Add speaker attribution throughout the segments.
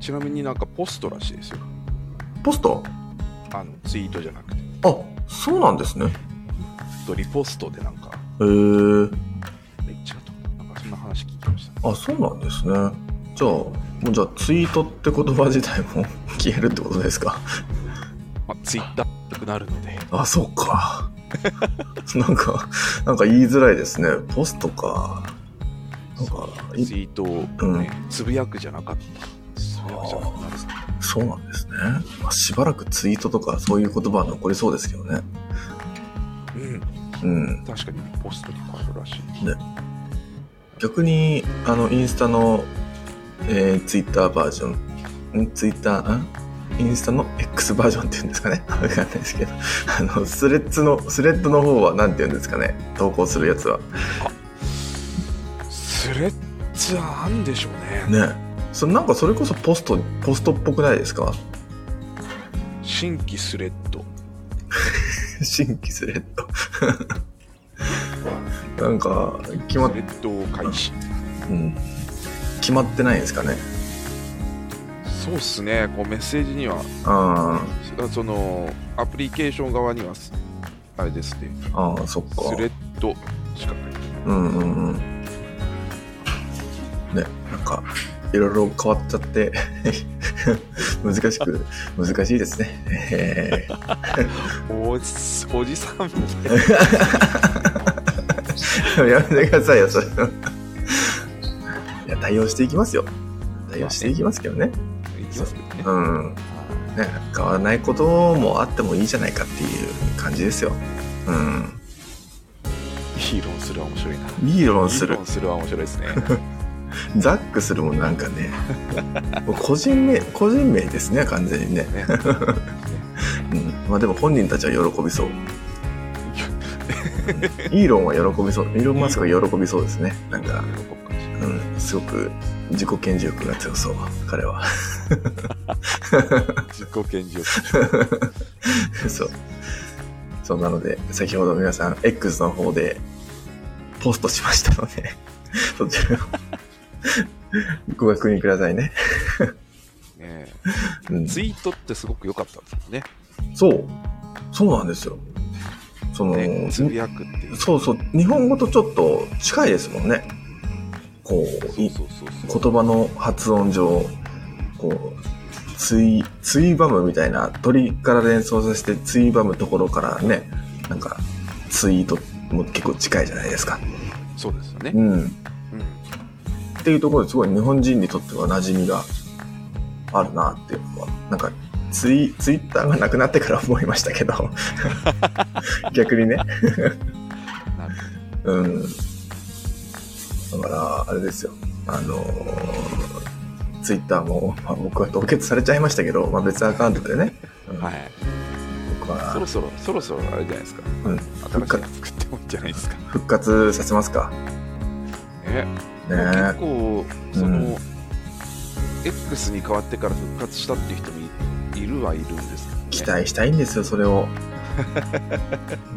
Speaker 1: ちなみになんかポストらしいですよ
Speaker 2: ポスト
Speaker 1: あのツイートじゃなくて
Speaker 2: あ、そうなんですね。
Speaker 1: とリポストでなんか
Speaker 2: へえ。
Speaker 1: めっちゃとなんかそんな話聞きました、ね、
Speaker 2: あ、そうなんですね。じゃあ、もうじゃあツイートって言葉自体も 消えるってことですか。
Speaker 1: まあ、ツイッターなくなるので
Speaker 2: あ、そうか。 なんか、なんか言いづらいですね。ポストか。なんか、
Speaker 1: ツイ
Speaker 2: い
Speaker 1: ートを、ねつぶやくじゃなかったつぶやくじゃなかったですね
Speaker 2: そうなんですね。まあ、しばらくツイートとかそういう言葉は残りそうですけどね。
Speaker 1: うん
Speaker 2: うん。
Speaker 1: 確かにポストに変わるらしい
Speaker 2: 逆に、あの、インスタの、えー、ツイッターバージョン、んツイッター、んインスタの X バージョンっていうんですかね。わ かんないですけど。あの、スレッズの、スレッドの方は何て言うんですかね。投稿するやつは。
Speaker 1: スレッズはあんでしょうね
Speaker 2: ねそなんかそれこそポストポストっぽくないですか
Speaker 1: 新規スレッド
Speaker 2: 新規スレッド なんか決まっ
Speaker 1: スレッドを開始
Speaker 2: うん、決まってないですかね
Speaker 1: そうっすねこうメッセージには
Speaker 2: あ
Speaker 1: あそのアプリケーション側にはすあれですね
Speaker 2: ーあーそっか
Speaker 1: スレッドしかない
Speaker 2: うんうんうんねなんかいろいろ変わっちゃって 難しく難しいですね、えー
Speaker 1: おじおじさんみたい
Speaker 2: やめてくださいよ、それ。いや、対応していきますよ。対応していきますけどね。
Speaker 1: にいきますけどね
Speaker 2: うん。ね、変わらないこともあってもいいじゃないかっていう感じですよ。うん。
Speaker 1: 議論するは面白いな
Speaker 2: 議論す
Speaker 1: 議
Speaker 2: る
Speaker 1: 論。するは面白い ですね
Speaker 2: ザックするもなんかね、もう個人名、個人名ですね、完全にね。
Speaker 1: ね
Speaker 2: うん。まあでも本人たちは喜びそう。イーロンは喜びそう。イーロン・マスクは喜びそうですね。なんか、
Speaker 1: 喜ぶかもしれない
Speaker 2: うん、すごく自己顕示欲が強そう、彼は。
Speaker 1: 自己顕示欲
Speaker 2: そう。そうなので、先ほど皆さん、X の方でポストしましたので、 そちらを ご確認くださいね。
Speaker 1: ね
Speaker 2: うん、
Speaker 1: ツイートってすごく良かったんですよね
Speaker 2: そう。そうなんですよ。その、
Speaker 1: ねつぶやくっていう
Speaker 2: そうそう、日本語とちょっと近いですもんね。こう、
Speaker 1: そう
Speaker 2: い
Speaker 1: そうそうそう
Speaker 2: 言葉の発音上、こう、つい、ついばむみたいな、鳥から連想させてついばむところからね、なんか、ツイートも結構近いじゃないですか。
Speaker 1: そうですよね
Speaker 2: うん。
Speaker 1: うん
Speaker 2: っていうところですごい日本人にとっては馴染みがあるなっていうのはなんかツイツイッターがなくなってから思いましたけど逆にね
Speaker 1: なる
Speaker 2: うんだからあれですよあのーツイッターも、 まあ、僕は凍結されちゃいましたけど、まあ、別アカウントでね、うん
Speaker 1: はい
Speaker 2: 僕
Speaker 1: そ
Speaker 2: は
Speaker 1: ろそろそろそろあれじゃないですか、
Speaker 2: うん
Speaker 1: 新しいの作ってもいいんじゃないですかね
Speaker 2: 復活させますかね
Speaker 1: 結構その、
Speaker 2: うん
Speaker 1: X に変わってから復活したっていう人もいいるはいるんです
Speaker 2: 期
Speaker 1: けど、ね、
Speaker 2: 待したいんですよそれを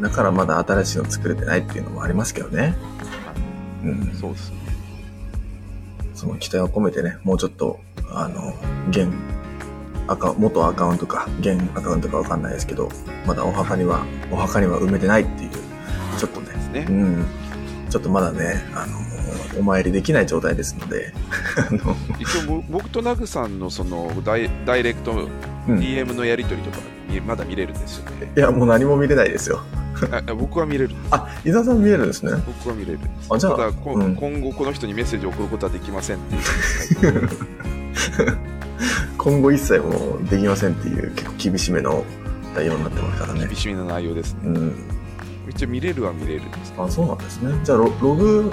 Speaker 2: だからまだ新しいの作れてないっていうのもありますけどねうん
Speaker 1: そうですね
Speaker 2: その期待を込めてね、もうちょっと、あの、現、アカ元アカウントか、現アカウントかわかんないですけど、まだお墓には、お墓には埋めてないっていう、ちょっとね、
Speaker 1: です
Speaker 2: う
Speaker 1: ね
Speaker 2: ん、ちょっとまだね、あの、お参りできない状態ですので、あの、
Speaker 1: 一応ぼ僕とナグさんのそのダイダイレクト
Speaker 2: うん。い
Speaker 1: DM のやり取りとか見まだ見れるんですよね
Speaker 2: や、もう何も見れないですよ。
Speaker 1: ああ僕は見れる
Speaker 2: あ、伊沢さん見れるんですね。
Speaker 1: 僕は見れるんです
Speaker 2: あじゃあ
Speaker 1: ただこ、
Speaker 2: うん
Speaker 1: 今後この人にメッセージを送ることはできませんっていう
Speaker 2: 今後一切もうできませんっていう、結構厳しめの内容になってますからね
Speaker 1: 厳。しめな内容ですね
Speaker 2: うん。
Speaker 1: 一応見れるは見れるんです
Speaker 2: あそうなんですねじゃあロログ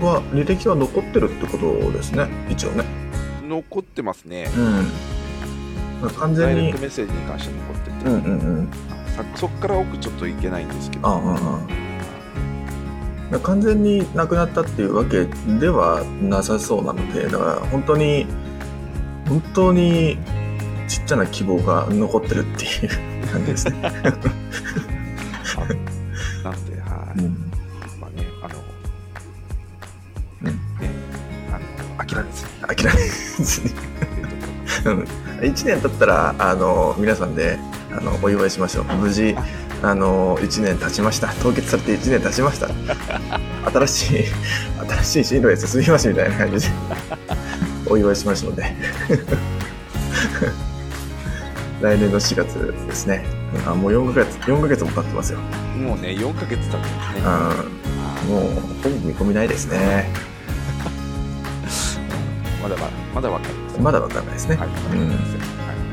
Speaker 2: は履歴は残ってるってことですね一応ね
Speaker 1: 残ってますね
Speaker 2: うん完
Speaker 1: ダ
Speaker 2: 全
Speaker 1: イレ
Speaker 2: に
Speaker 1: クトメッセージに関して残ってて、
Speaker 2: うんうんうん
Speaker 1: さそこから奥ちょっといけないんですけど
Speaker 2: ああああ完全になくなったっていうわけではなさそうなのでだから本当に本当にちっちゃな希望が残ってるっていう感じです ね、
Speaker 1: なので、はい、
Speaker 2: うん、
Speaker 1: まあね、あの、
Speaker 2: うん
Speaker 1: ね、あの、諦めずに
Speaker 2: 諦めずに
Speaker 1: っていうところ
Speaker 2: うん、1年経ったらあの皆さんであのお祝いしましょう無事あの1年経ちました凍結されて1年経ちました 新しい新しい進路へ進みますみたいな感じでお祝いしますので 来年の4月ですねうんあもう4ヶ月4ヶ月も経ってますよ、
Speaker 1: もうね、4ヶ月経ってますね。
Speaker 2: うん、もうほぼ見込みないですね
Speaker 1: まだまだ、まだわかりません。
Speaker 2: まだわかんないですね、
Speaker 1: はい、
Speaker 2: うん
Speaker 1: はい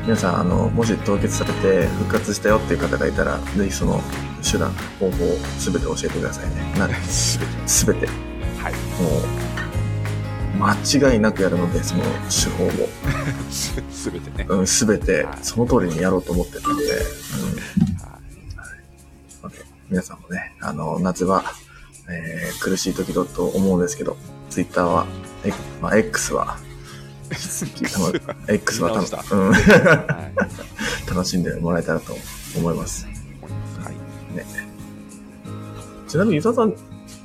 Speaker 2: 皆さんあのもし凍結されて復活したよっていう方がいたらぜひその手段方法を全て教えてくださいねな全ても
Speaker 1: はい。
Speaker 2: う間違いなくやるのでその手法も、
Speaker 1: すすべてね。
Speaker 2: うん、全て
Speaker 1: はい
Speaker 2: その通りにやろうと思ってるので、
Speaker 1: は
Speaker 2: うん、ので皆さんもねあの夏は、えー苦しい時だと思うんですけど Twitter は、えまあ、X は X は X は
Speaker 1: 見直した
Speaker 2: うん
Speaker 1: いはい。
Speaker 2: 楽しんでもらえたらと思います
Speaker 1: はい。
Speaker 2: ちなみに伊沢さん、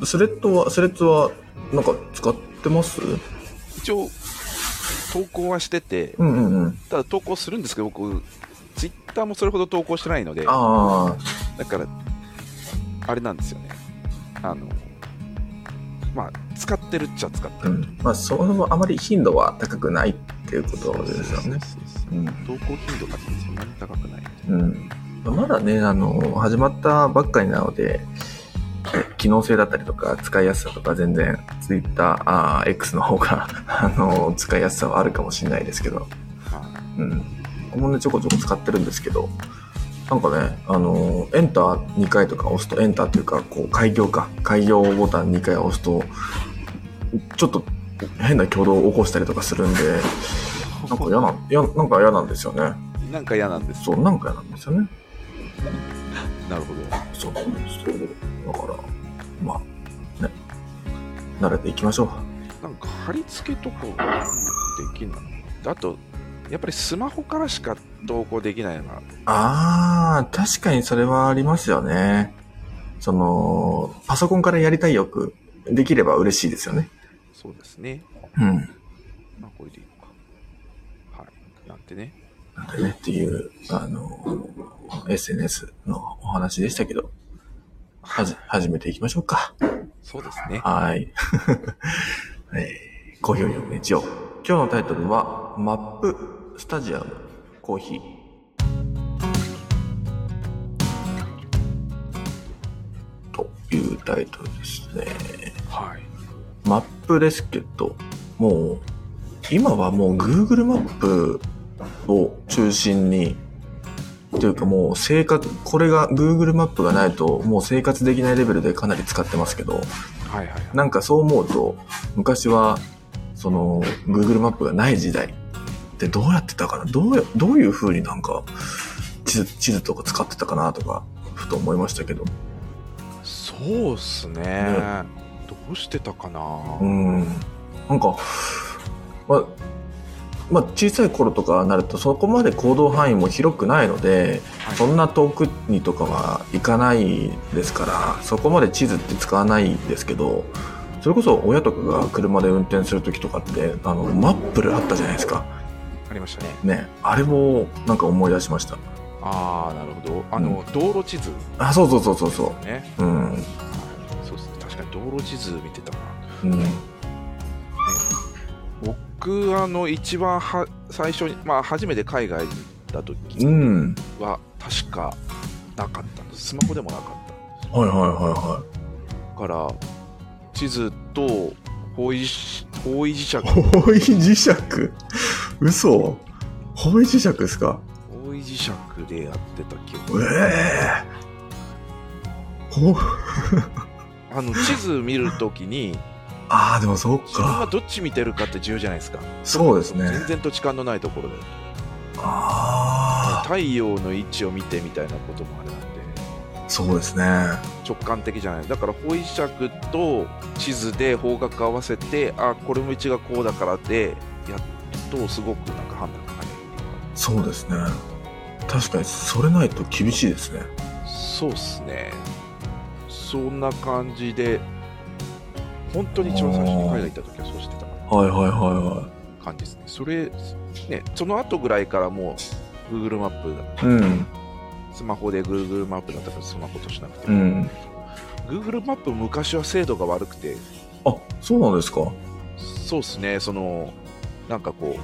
Speaker 2: スレッドは、スレッドは、なんか使ってます
Speaker 1: 一応、投稿はしてて、
Speaker 2: うんうんうん。
Speaker 1: ただ投稿するんですけど、僕、ツイッターもそれほど投稿してないので、
Speaker 2: あ
Speaker 1: だから、あれなんですよね。あの、まあ、使ってるっちゃ使っ
Speaker 2: あ、
Speaker 1: て
Speaker 2: う
Speaker 1: る。
Speaker 2: ん。まあ、そもそもあまり頻度は高くないっていうことですよね。
Speaker 1: そうそうそう
Speaker 2: うん。
Speaker 1: 投稿頻度がそんなに高くないので。
Speaker 2: うん。まだね、あの、始まったばっかりなので、え機能性だったりとか、使いやすさとか、全然、Twitter、あー X の方が、あの、使いやすさはあるかもしれないですけど、
Speaker 1: は
Speaker 2: うん。僕もね、ちょこちょこ使ってるんですけど、なんかね、あのーエンター2回とか押すと、エンターっていうか、こう、開業か、開業ボタン2回押すと、ちょっと変な挙動を起こしたりとかするんで、なんか嫌な、嫌なんか嫌なんですよね。
Speaker 1: いなんか嫌なんです。
Speaker 2: そう、なんか嫌なんですよね。
Speaker 1: なるほど。
Speaker 2: そう、そう、だから、まあ、ね、慣れていきましょう。
Speaker 1: なんか貼り付けとかできない。あと、やっぱりスマホからしか投稿できないのが、
Speaker 2: ああ、確かにそれはありますよね。その、パソコンからやりたい欲、できれば嬉しいですよね。
Speaker 1: そうですね。
Speaker 2: うん。
Speaker 1: まあ、これでいいのか。はい。なんてね。
Speaker 2: なんかね、っていう、あの、SNS のお話でしたけど、はじ、始めていきましょうか。
Speaker 1: そうですね。
Speaker 2: はーい。 えー、コーヒーを読む日曜。今日のタイトルは、マップ、スタジアム、コーヒー。というタイトルですね。
Speaker 1: はい。
Speaker 2: マップですけど、もう、今はもう Google マップを中心に、というかもう生活、これが Google マップがないともう生活できないレベルでかなり使ってますけど、
Speaker 1: はいはいはい。
Speaker 2: なんかそう思うと、昔は、その、Google マップがない時代ってどうやってたかなどうや、どういう風になんか、地図、地図とか使ってたかなとか、ふと思いましたけど。
Speaker 1: そうっすね。
Speaker 2: ね
Speaker 1: どうしてたかな、
Speaker 2: うん。なんか、まあ、まあ、小さい頃とかになると、そこまで行動範囲も広くないので、
Speaker 1: はい
Speaker 2: そんな遠くにとかは行かないですから、そこまで地図って使わないですけど、それこそ親とかが車で運転する時とかって、あの、マップルあったじゃないですか。
Speaker 1: ありましたね。
Speaker 2: ね。あれもなんか思い出しました。
Speaker 1: ああ、なるほど。あの、道路地図
Speaker 2: あ、そうそうそうそうそ
Speaker 1: ね。
Speaker 2: う。うん。うん。
Speaker 1: そうっすね。確かに道路地図見てたな。僕あの一番は最初に、まあ、初めて海外に行った
Speaker 2: う
Speaker 1: 時
Speaker 2: ん。
Speaker 1: は確かなかったんですスマホでもなかった
Speaker 2: はいはいは
Speaker 1: だから地図と方位し方位磁石
Speaker 2: いはい。方位磁石嘘方位磁石ですか
Speaker 1: 方位磁石でやってた記憶
Speaker 2: ええほ
Speaker 1: あの地図見るときに
Speaker 2: ああでもそう
Speaker 1: 自分が
Speaker 2: か
Speaker 1: どっち見てるかって重要じゃないですか
Speaker 2: そうですね
Speaker 1: 全然土地勘のないところで
Speaker 2: あ
Speaker 1: 太陽の位置を見てみたいなこともあれなんで
Speaker 2: あそうですね
Speaker 1: 直感的じゃないだから方位磁石と地図で方角合わせてあこれも位置がこうだからでやっとすごくなんか判断が早いって
Speaker 2: そうですね確かにそれないと厳しいですね
Speaker 1: いうかそうっすねそんな感じで本当に一番最初に海外行った時はそうしてたか
Speaker 2: はいはいはいは
Speaker 1: 感じですね。それ、ね、その後ぐらいからもう Google マップだ
Speaker 2: うん。
Speaker 1: スマホで Google マップだったからスマホとしなくて
Speaker 2: う
Speaker 1: も、
Speaker 2: ん。
Speaker 1: Google マップ昔は精度が悪くて、
Speaker 2: あ、そうなんですか。
Speaker 1: そうですね、その、なんかこ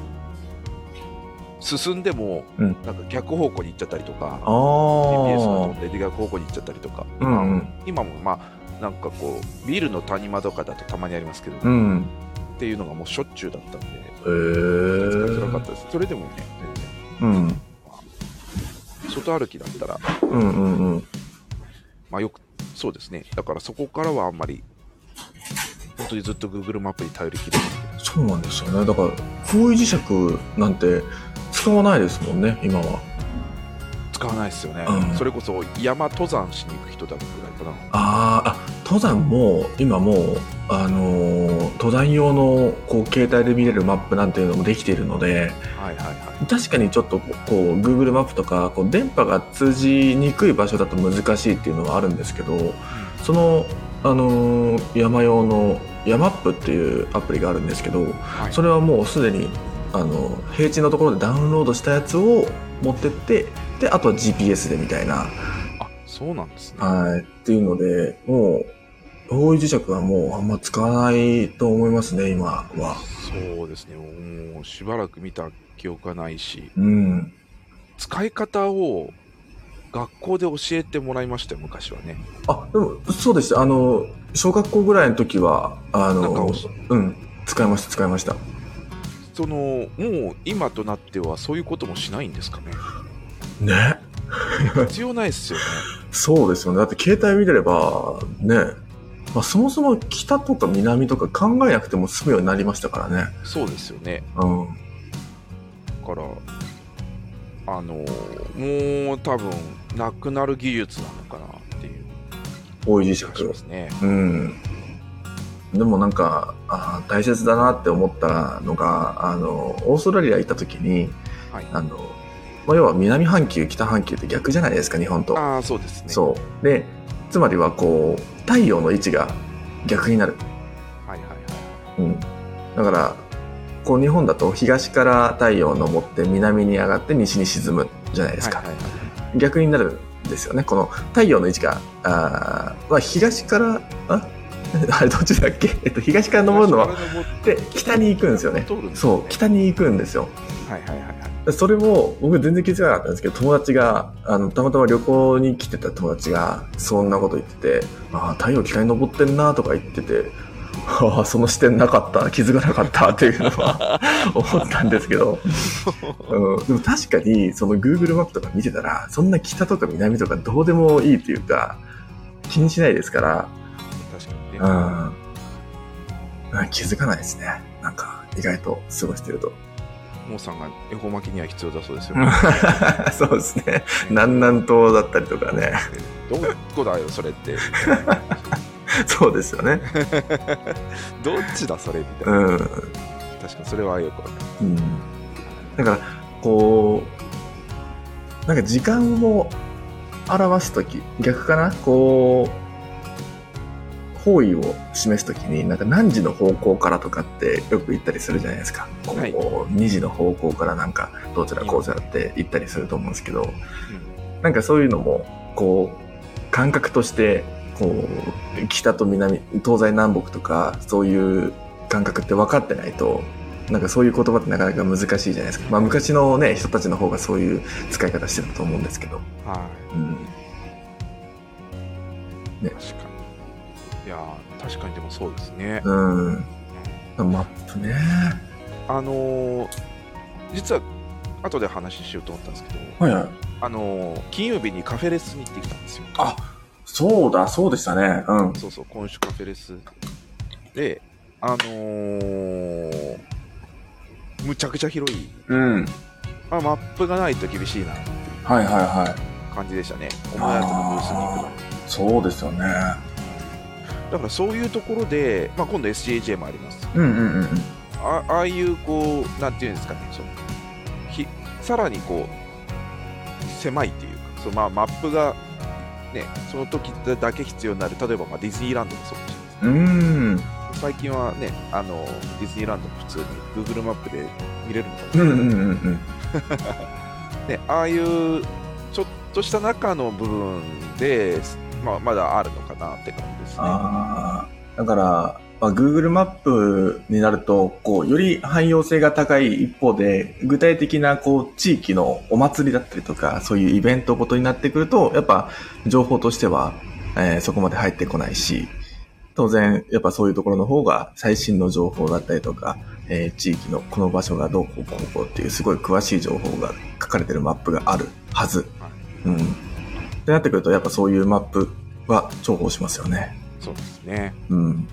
Speaker 1: う、進んでも、
Speaker 2: うん
Speaker 1: なんか逆方向に行っちゃったりとか、
Speaker 2: あ
Speaker 1: GPS
Speaker 2: あ
Speaker 1: が。飛んで逆方向に行っちゃったりとか、
Speaker 2: うんうん。
Speaker 1: 今もまあ、なんかこう、ビルの谷間とかだとたまにありますけど、
Speaker 2: うん。へ
Speaker 1: っていうのがもうしょっちゅうだったんで、
Speaker 2: え。
Speaker 1: 使いづらかったです。それでもね、全然。
Speaker 2: うん。
Speaker 1: 外歩きだったら、
Speaker 2: うんうんうん。
Speaker 1: まあよく、そうですね。だからそこからはあんまり、本当にずっと Google マップに頼りきれない。
Speaker 2: そうなんですよね。だから、方位磁石なんて使わないですもんね、今は。
Speaker 1: 使わないですよね、
Speaker 2: うん
Speaker 1: それこそ山登山しに行く人だぐらいかな
Speaker 2: あーあ登山も今もう、あのー登山用のこう携帯で見れるマップなんていうのもできているので
Speaker 1: はいはいは
Speaker 2: 確かにちょっとこうこう Google マップとかこう電波が通じにくい場所だと難しいっていうのはあるんですけどその、あのー山用の山マップっていうアプリがあるんですけど
Speaker 1: い、はい
Speaker 2: それはもうすでに、あの平地のところでダウンロードしたやつを持ってってであとは GPS でみたいな。
Speaker 1: あそうなんですね
Speaker 2: はい。っていうので、もう、方位磁石はもうあんま使わないと思いますね、今は。
Speaker 1: そうですねもうしばらく見た記憶がないし
Speaker 2: うん。
Speaker 1: 使い方を学校で教えてもらいましたよ昔はね
Speaker 2: あ、でも、そうです。あの、小学校ぐらいの時は、あ
Speaker 1: なんか
Speaker 2: の
Speaker 1: お、そ
Speaker 2: うん、使いました、使いました。
Speaker 1: そのもう今となってはそういうこともしないんですかね
Speaker 2: ね。
Speaker 1: 必要ないですよね
Speaker 2: そうですよね。だって携帯見れれば、ね。まあ、そもそも北とか南とか考えなくても済むようになりましたからね。
Speaker 1: そうですよね
Speaker 2: うん。
Speaker 1: だからあのもう多分なくなる技術なのかなっていう
Speaker 2: 方位磁
Speaker 1: 気がしま
Speaker 2: 石。
Speaker 1: すね
Speaker 2: うん。でもなんか、あー大切だなって思ったのが、あの、オーストラリア行った時に、
Speaker 1: はい
Speaker 2: あの、まあ、要は南半球、北半球って逆じゃないですか、日本と。
Speaker 1: ああそうですね
Speaker 2: そう。で、つまりはこう、太陽の位置が逆になる。
Speaker 1: はいはいはい
Speaker 2: うん。だから、こう日本だと東から太陽を昇って南に上がって西に沈むじゃないですか。
Speaker 1: はいはいはい
Speaker 2: 逆になるんですよね。この太陽の位置が、あーまあ、東から、あ あれどっちだっけ、えっと、東から登るのは、で、北に行くんですよね。
Speaker 1: 通るんですね
Speaker 2: そう、北に行くんですよ。
Speaker 1: はいはいはいはい
Speaker 2: それも、僕全然気づかなかったんですけど、友達が、あの、たまたま旅行に来てた友達が、そんなこと言ってて、ああ、太陽北に登ってんなとか言ってて、ああ、その視点なかった、気づかなかったっていうのは思ったんですけど、うん、でも確かに、その Google マップとか見てたら、そんな北とか南とかどうでもいいというか、気にしないですから、
Speaker 1: 確かにね
Speaker 2: うん、あ気づかないですね。なんか、意外と過ごしてると。
Speaker 1: モーさんが恵方巻きには必要だそうですよ
Speaker 2: そうですね。南南東だったりとかね。
Speaker 1: どこだよそれ って
Speaker 2: そうですよね。
Speaker 1: どっちだそれみたいな
Speaker 2: うん。う
Speaker 1: 確かにそれはよくわかる
Speaker 2: ん。だから、こう、なんか時間を表すとき、逆かなこう、方位を示すときに、なんか何時の方向からとかってよく言ったりするじゃないですか。こう、
Speaker 1: はい
Speaker 2: 2時の方向からなんか、どうちらこうちらって言ったりすると思うんですけど、
Speaker 1: うん
Speaker 2: なんかそういうのも、こう、感覚として、こう、北と南、東西南北とか、そういう感覚って分かってないと、なんかそういう言葉ってなかなか難しいじゃないですか。まあ昔のね、人たちの方がそういう使い方してたと思うんですけど。
Speaker 1: は
Speaker 2: うん。
Speaker 1: い確かにいやー確かにでもそうですね
Speaker 2: うん。マップね。
Speaker 1: あのー実は後で話ししようと思ったんですけど
Speaker 2: はいはい。
Speaker 1: あのー金曜日にカフェレスに行ってきたんですよ
Speaker 2: あそうだ、そうでしたね。うん。
Speaker 1: そうそう、今週カフェレス。で、あのーむちゃくちゃ広い。
Speaker 2: うん。
Speaker 1: まあ、マップがないと厳しいな
Speaker 2: はいはいはい。
Speaker 1: 感じでしたね。思わずブースに行くの。
Speaker 2: そうですよね。
Speaker 1: だからそういうところで、まあ、今度 SJJ もあります。
Speaker 2: うんうんうんうん。
Speaker 1: あああいう、こう、なんていうんですかね、そのひさらにこう、狭いっていうか、そのまあ、マップが、ね、その時だけ必要になる、例えばまあディズニーランドもそうかもしれないです
Speaker 2: うーん。
Speaker 1: けど最近はね、あの、ディズニーランドも普通に Google マップで見れるのか
Speaker 2: う
Speaker 1: も、
Speaker 2: んうんうんうん。
Speaker 1: ね、ああいうちょっとした中の部分で、まあ、まだあるのかなって感じですね。
Speaker 2: ああ、だから、まあ、Google マップになると、こう、より汎用性が高い一方で、具体的な、こう、地域のお祭りだったりとか、そういうイベントごとになってくると、やっぱ、情報としては、えーそこまで入ってこないし、当然、やっぱそういうところの方が、最新の情報だったりとか、えー地域のこの場所がどうこうこうこうっていう、すごい詳しい情報が書かれてるマップがあるはず。
Speaker 1: はい
Speaker 2: うん。ってなってくると、やっぱそういうマップは重宝しますよね。
Speaker 1: そうですね。
Speaker 2: うん。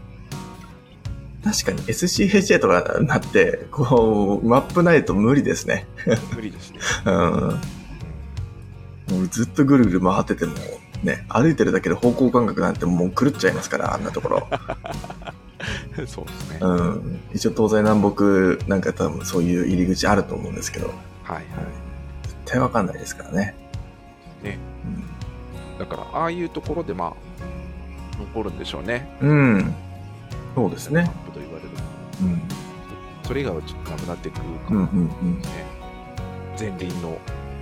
Speaker 2: 確かに SCHA とかなって、こう、マップないと無理ですね。
Speaker 1: 無理ですね。
Speaker 2: うん。もうずっとぐるぐる回ってても、ね、歩いてるだけで方向感覚なんてもう狂っちゃいますから、あんなところ。
Speaker 1: そうですね。はい
Speaker 2: うん。一応東西南北なんか多分そういう入り口あると思うんですけど、
Speaker 1: はい。
Speaker 2: 絶対わかんないですからね。
Speaker 1: ねだから、ああいうところで、まあ、残るんでしょうね。
Speaker 2: うん。うん。そうです
Speaker 1: マ
Speaker 2: ね。
Speaker 1: ップと言われる。
Speaker 2: うん。
Speaker 1: それ以外はちょっとなくなってくるか
Speaker 2: うんうん
Speaker 1: も
Speaker 2: うん。
Speaker 1: ね。前輪の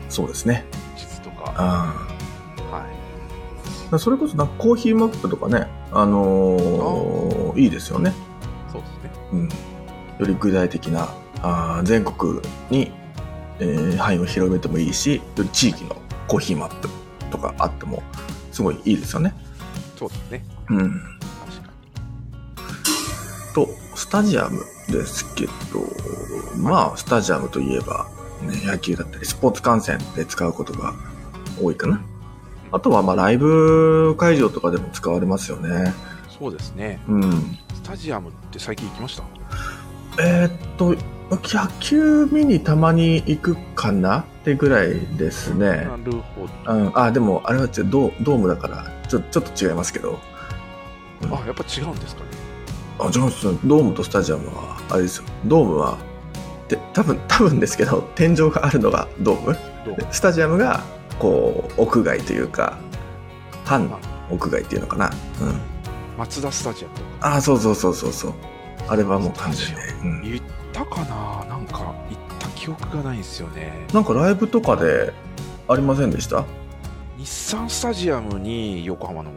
Speaker 2: そうですね。
Speaker 1: 地図とか、
Speaker 2: ああ。
Speaker 1: はい。
Speaker 2: だからそれこそなんかコーヒーマップとかね、あのーいいですよね、
Speaker 1: そうですね。
Speaker 2: うん、より具体的なあー全国に、えー範囲を広げてもいいしより地域のコーヒーマップとかあってもすごいいいですよね。
Speaker 1: そうですね。
Speaker 2: うん、
Speaker 1: 確か
Speaker 2: とスタジアムですけどまあスタジアムといえば、ね、野球だったりスポーツ観戦で使うことが多いかなあとはまあライブ会場とかでも使われますよね。
Speaker 1: に。そうですね。
Speaker 2: うん
Speaker 1: スタジアムって最近行きました
Speaker 2: えーっと、野球見にたまに行くかなってぐらいですね。
Speaker 1: なるほど。
Speaker 2: うん、あ、でもあれは違うドドームだからちょ、ちょっと違いますけど。
Speaker 1: あ、やっぱ違うんですかね。
Speaker 2: あ、ジョンソン、ドームとスタジアムは、あれですよ。ドームは、で多分、 多分ですけど、天井があるのがドーム。
Speaker 1: どう
Speaker 2: でスタジアムが、こう、屋外というか、半
Speaker 1: あ
Speaker 2: 屋外っていうのかな。うん。
Speaker 1: マツダスタジアムとか
Speaker 2: あ、そうそうそうそうそう。あれはもう完全
Speaker 1: スタ
Speaker 2: に。うん
Speaker 1: 行ったかななんか行った記憶がないんですよね
Speaker 2: なんかライブとかでありませんでした
Speaker 1: 日産スタジアムに横浜の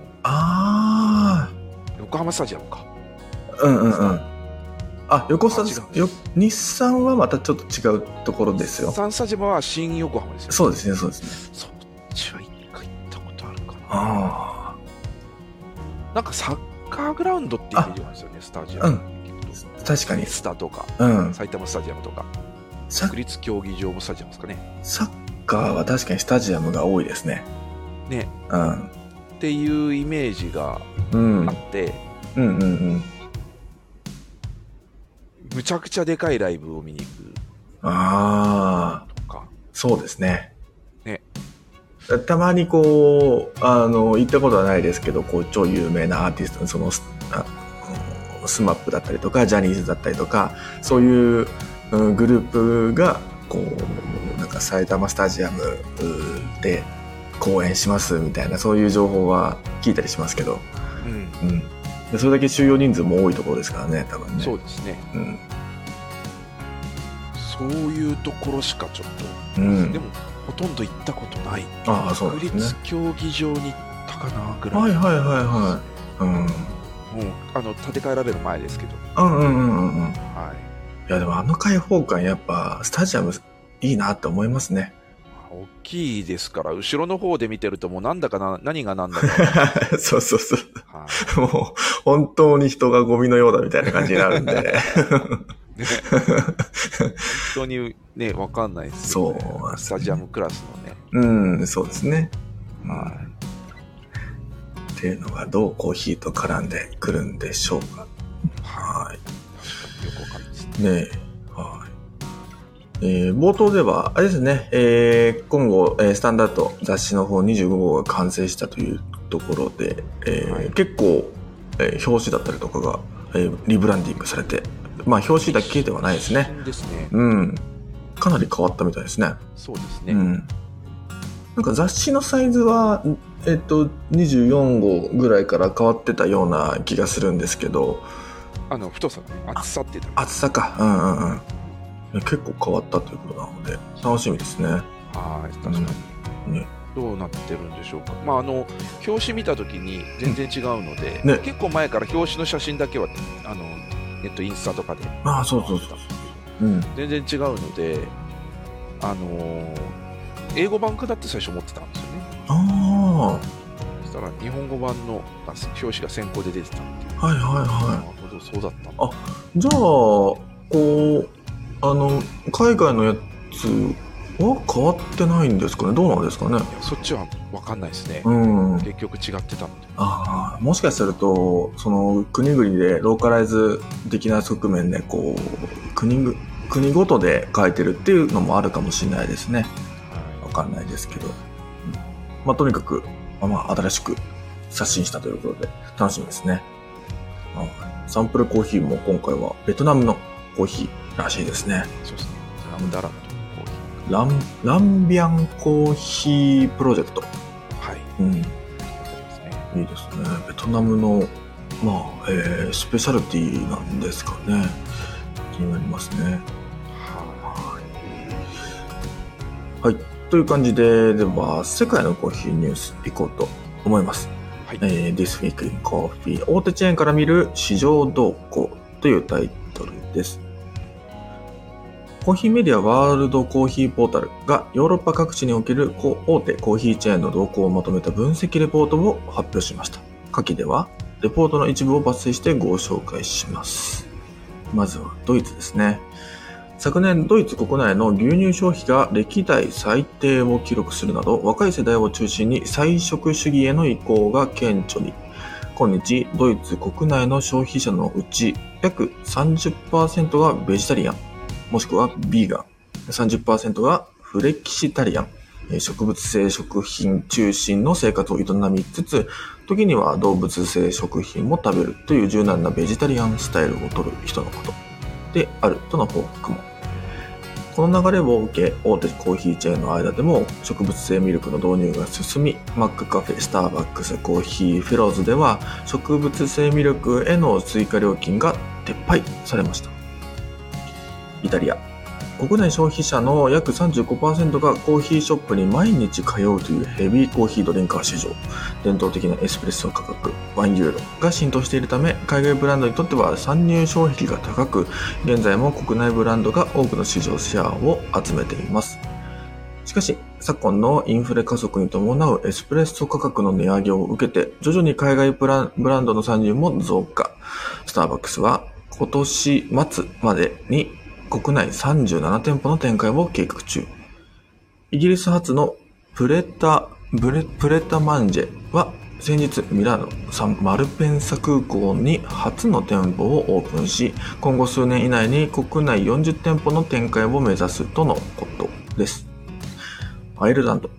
Speaker 2: あ
Speaker 1: 横浜スタジアムか
Speaker 2: あ、うんうんうん。あ、横須
Speaker 1: あ違
Speaker 2: 賀、よ日産はまたちょっと違うところですよ
Speaker 1: 日。産スタジアムは新横浜ですよ
Speaker 2: そうですね、そうですね。
Speaker 1: そっちは一回行ったことあるかな
Speaker 2: あ
Speaker 1: なんかサッカーグラウンドってイメージがあるんですよねスタジアム、
Speaker 2: あ、確かに。
Speaker 1: スタとか
Speaker 2: うん。
Speaker 1: 埼玉スタジアムとか
Speaker 2: サ
Speaker 1: 国立競技場もスタジアムですかね
Speaker 2: サッカーは確かにスタジアムが多いですね。
Speaker 1: ね
Speaker 2: うん。
Speaker 1: っていうイメージが
Speaker 2: うん。うん
Speaker 1: あって、
Speaker 2: うんうん。
Speaker 1: むちゃくちゃでかいライブを見に行
Speaker 2: ああ、
Speaker 1: くとか
Speaker 2: そうですね。
Speaker 1: ね。
Speaker 2: たまにこう、あの、行ったことはないですけど、こう、超有名なアーティストの、その、スあうんスマップだったりとか、ジャニーズだったりとか、そういう、うんグループが、こう、なんか埼玉スタジアムうんで公演しますみたいな、そういう情報は聞いたりしますけど、
Speaker 1: うん、
Speaker 2: うん。でそれだけ収容人数も多いところですからね、多分ね。
Speaker 1: そうですね
Speaker 2: うん。
Speaker 1: そういうところしかちょっと
Speaker 2: うん。
Speaker 1: でもほとんど行ったことない、
Speaker 2: ああ、そう
Speaker 1: 国
Speaker 2: ですね
Speaker 1: 立。競技場に行ったかなぐらい、
Speaker 2: はいはいはいはい。うん。
Speaker 1: もうあの建て替えられる前ですけど、
Speaker 2: うんうんうんうんうん。い
Speaker 1: はい、
Speaker 2: やでもあの開放感やっぱスタジアムいいなって思いますね。
Speaker 1: 大きいですから後ろの方で見てるともうなんだかな何が何だか、はい
Speaker 2: そうそうそう。 もう本当に人がゴミのようだみたいな感じになるんで。
Speaker 1: ね、本当にね分かんないですよ、ね、
Speaker 2: そうなんですね
Speaker 1: スタジアムクラスのね
Speaker 2: うん、そうですね。
Speaker 1: は
Speaker 2: うんっていうのがどうコーヒーと絡んでくるんでしょうか。
Speaker 1: は
Speaker 2: はい
Speaker 1: よくわかんないですね
Speaker 2: い。ねえ。はい。えー冒頭では、あれですね、えー今後、えースタンダード雑誌の方25号が完成したというところで、えー
Speaker 1: はい
Speaker 2: 結構、えー表紙だったりとかが、えーリブランディングされて、まあ表紙だけではないですね。
Speaker 1: ですね
Speaker 2: うん。かなり変わったみたいですね。
Speaker 1: そうですね、
Speaker 2: うん。なんか雑誌のサイズは、えっと、24号ぐらいから変わってたような気がするんですけど、
Speaker 1: あの太さがね厚さって言った
Speaker 2: 厚さかうんうんうんね結構変わったということなので楽しみですね
Speaker 1: らはい確かに、
Speaker 2: うんね
Speaker 1: どうなってるんでしょうかまああの表紙見た時に全然違うので、
Speaker 2: うんね
Speaker 1: 結構前から表紙の写真だけはあのネットインスタとかで
Speaker 2: ああそうそうそううん
Speaker 1: 全然違うのであのー英語版かだって最初思ってたんですよね
Speaker 2: あ
Speaker 1: そしたら日本語版のあ表紙が先行で出てたっていう
Speaker 2: あはいはい
Speaker 1: なる
Speaker 2: は
Speaker 1: ほどそうだったんだ
Speaker 2: あいじゃあこうあの海外のやつは変わってないんですかねどうなんですか
Speaker 1: い
Speaker 2: ね
Speaker 1: やそっちは分かんないですね、
Speaker 2: うん
Speaker 1: 結局違ってたので
Speaker 2: ああもしかするとその国々でローカライズ的な側面でこう国ぐ国ごとで変えてるっていうのもあるかもしれないですねわかんないですけど、うんまあ、とにかく、まあまあ、新しく刷新したということで楽しみですねあサンプルコーヒーも今回はベトナムのコーヒーらしいですね
Speaker 1: そうですねラムダラムとコーヒ
Speaker 2: ランランビアンコーヒープロジェクト、
Speaker 1: ーはい
Speaker 2: うん、
Speaker 1: そうですね
Speaker 2: いいですね。ベトナムの、まあ、えースペシャルティなんですかね。気になりますね。はい。という感じで、では、世界のコーヒーニュースいこうと思います。
Speaker 1: はいはい、
Speaker 2: えー This Week in Coffee 大手チェーンから見る市場動向というタイトルです。コーヒーメディアワールドコーヒーポータルがヨーロッパ各地におけるこう大手コーヒーチェーンの動向をまとめた分析レポートを発表しました。下記では、レポートの一部を抜粋してご紹介します。まずはドイツですね。昨年、ドイツ国内の牛乳消費が歴代最低を記録するなど、若い世代を中心に菜食主義への移行が顕著に。今日、ドイツ国内の消費者のうち、約30%がベジタリアン、もしくはビーガン、30%がフレキシタリアン、えー植物性食品中心の生活を営みつつ、時には動物性食品も食べるという柔軟なベジタリアンスタイルを取る人のことであるとの報告も。この流れを受け、大手コーヒーチェーンの間でも植物性ミルクの導入が進み、マックカフェ、スターバックス、コーヒー、フェローズでは植物性ミルクへの追加料金が撤廃されました。イタリア。国内消費者の約35%がコーヒーショップに毎日通うというヘビーコーヒードリンカー市場。伝統的なエスプレッソ価格、ワインユーロが浸透しているため、海外ブランドにとっては参入障壁が高く、現在も国内ブランドが多くの市場シェアを集めています。しかし、昨今のインフレ加速に伴うエスプレッソ価格の値上げを受けて、徐々に海外ブランブランドの参入も増加。スターバックスは今年末までに国内37店舗の展開を計画中。イギリス発のプレタ、ブレ、プレタマンジェは先日ミラノサンマルペンサ空港に初の店舗をオープンし、今後数年以内に国内40店舗の展開を目指すとのことです。アイルランド。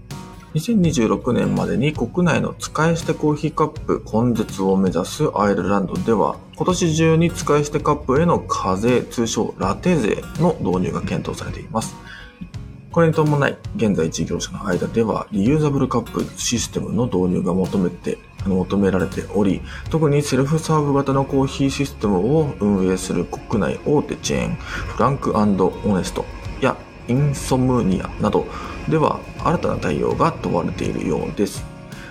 Speaker 2: 2026年までに国内の使い捨てコーヒーカップ根絶を目指すアイルランドでは、今年中に使い捨てカップへの課税、通称ラテ税の導入が検討されています。これに伴い、現在事業者の間では、リユーザブルカップシステムの導入が求めて、あの求められており、特にセルフサーブ型のコーヒーシステムを運営する国内大手チェーン、フランクオネストやインソムニアなどでは、新たな対応が問われているようです。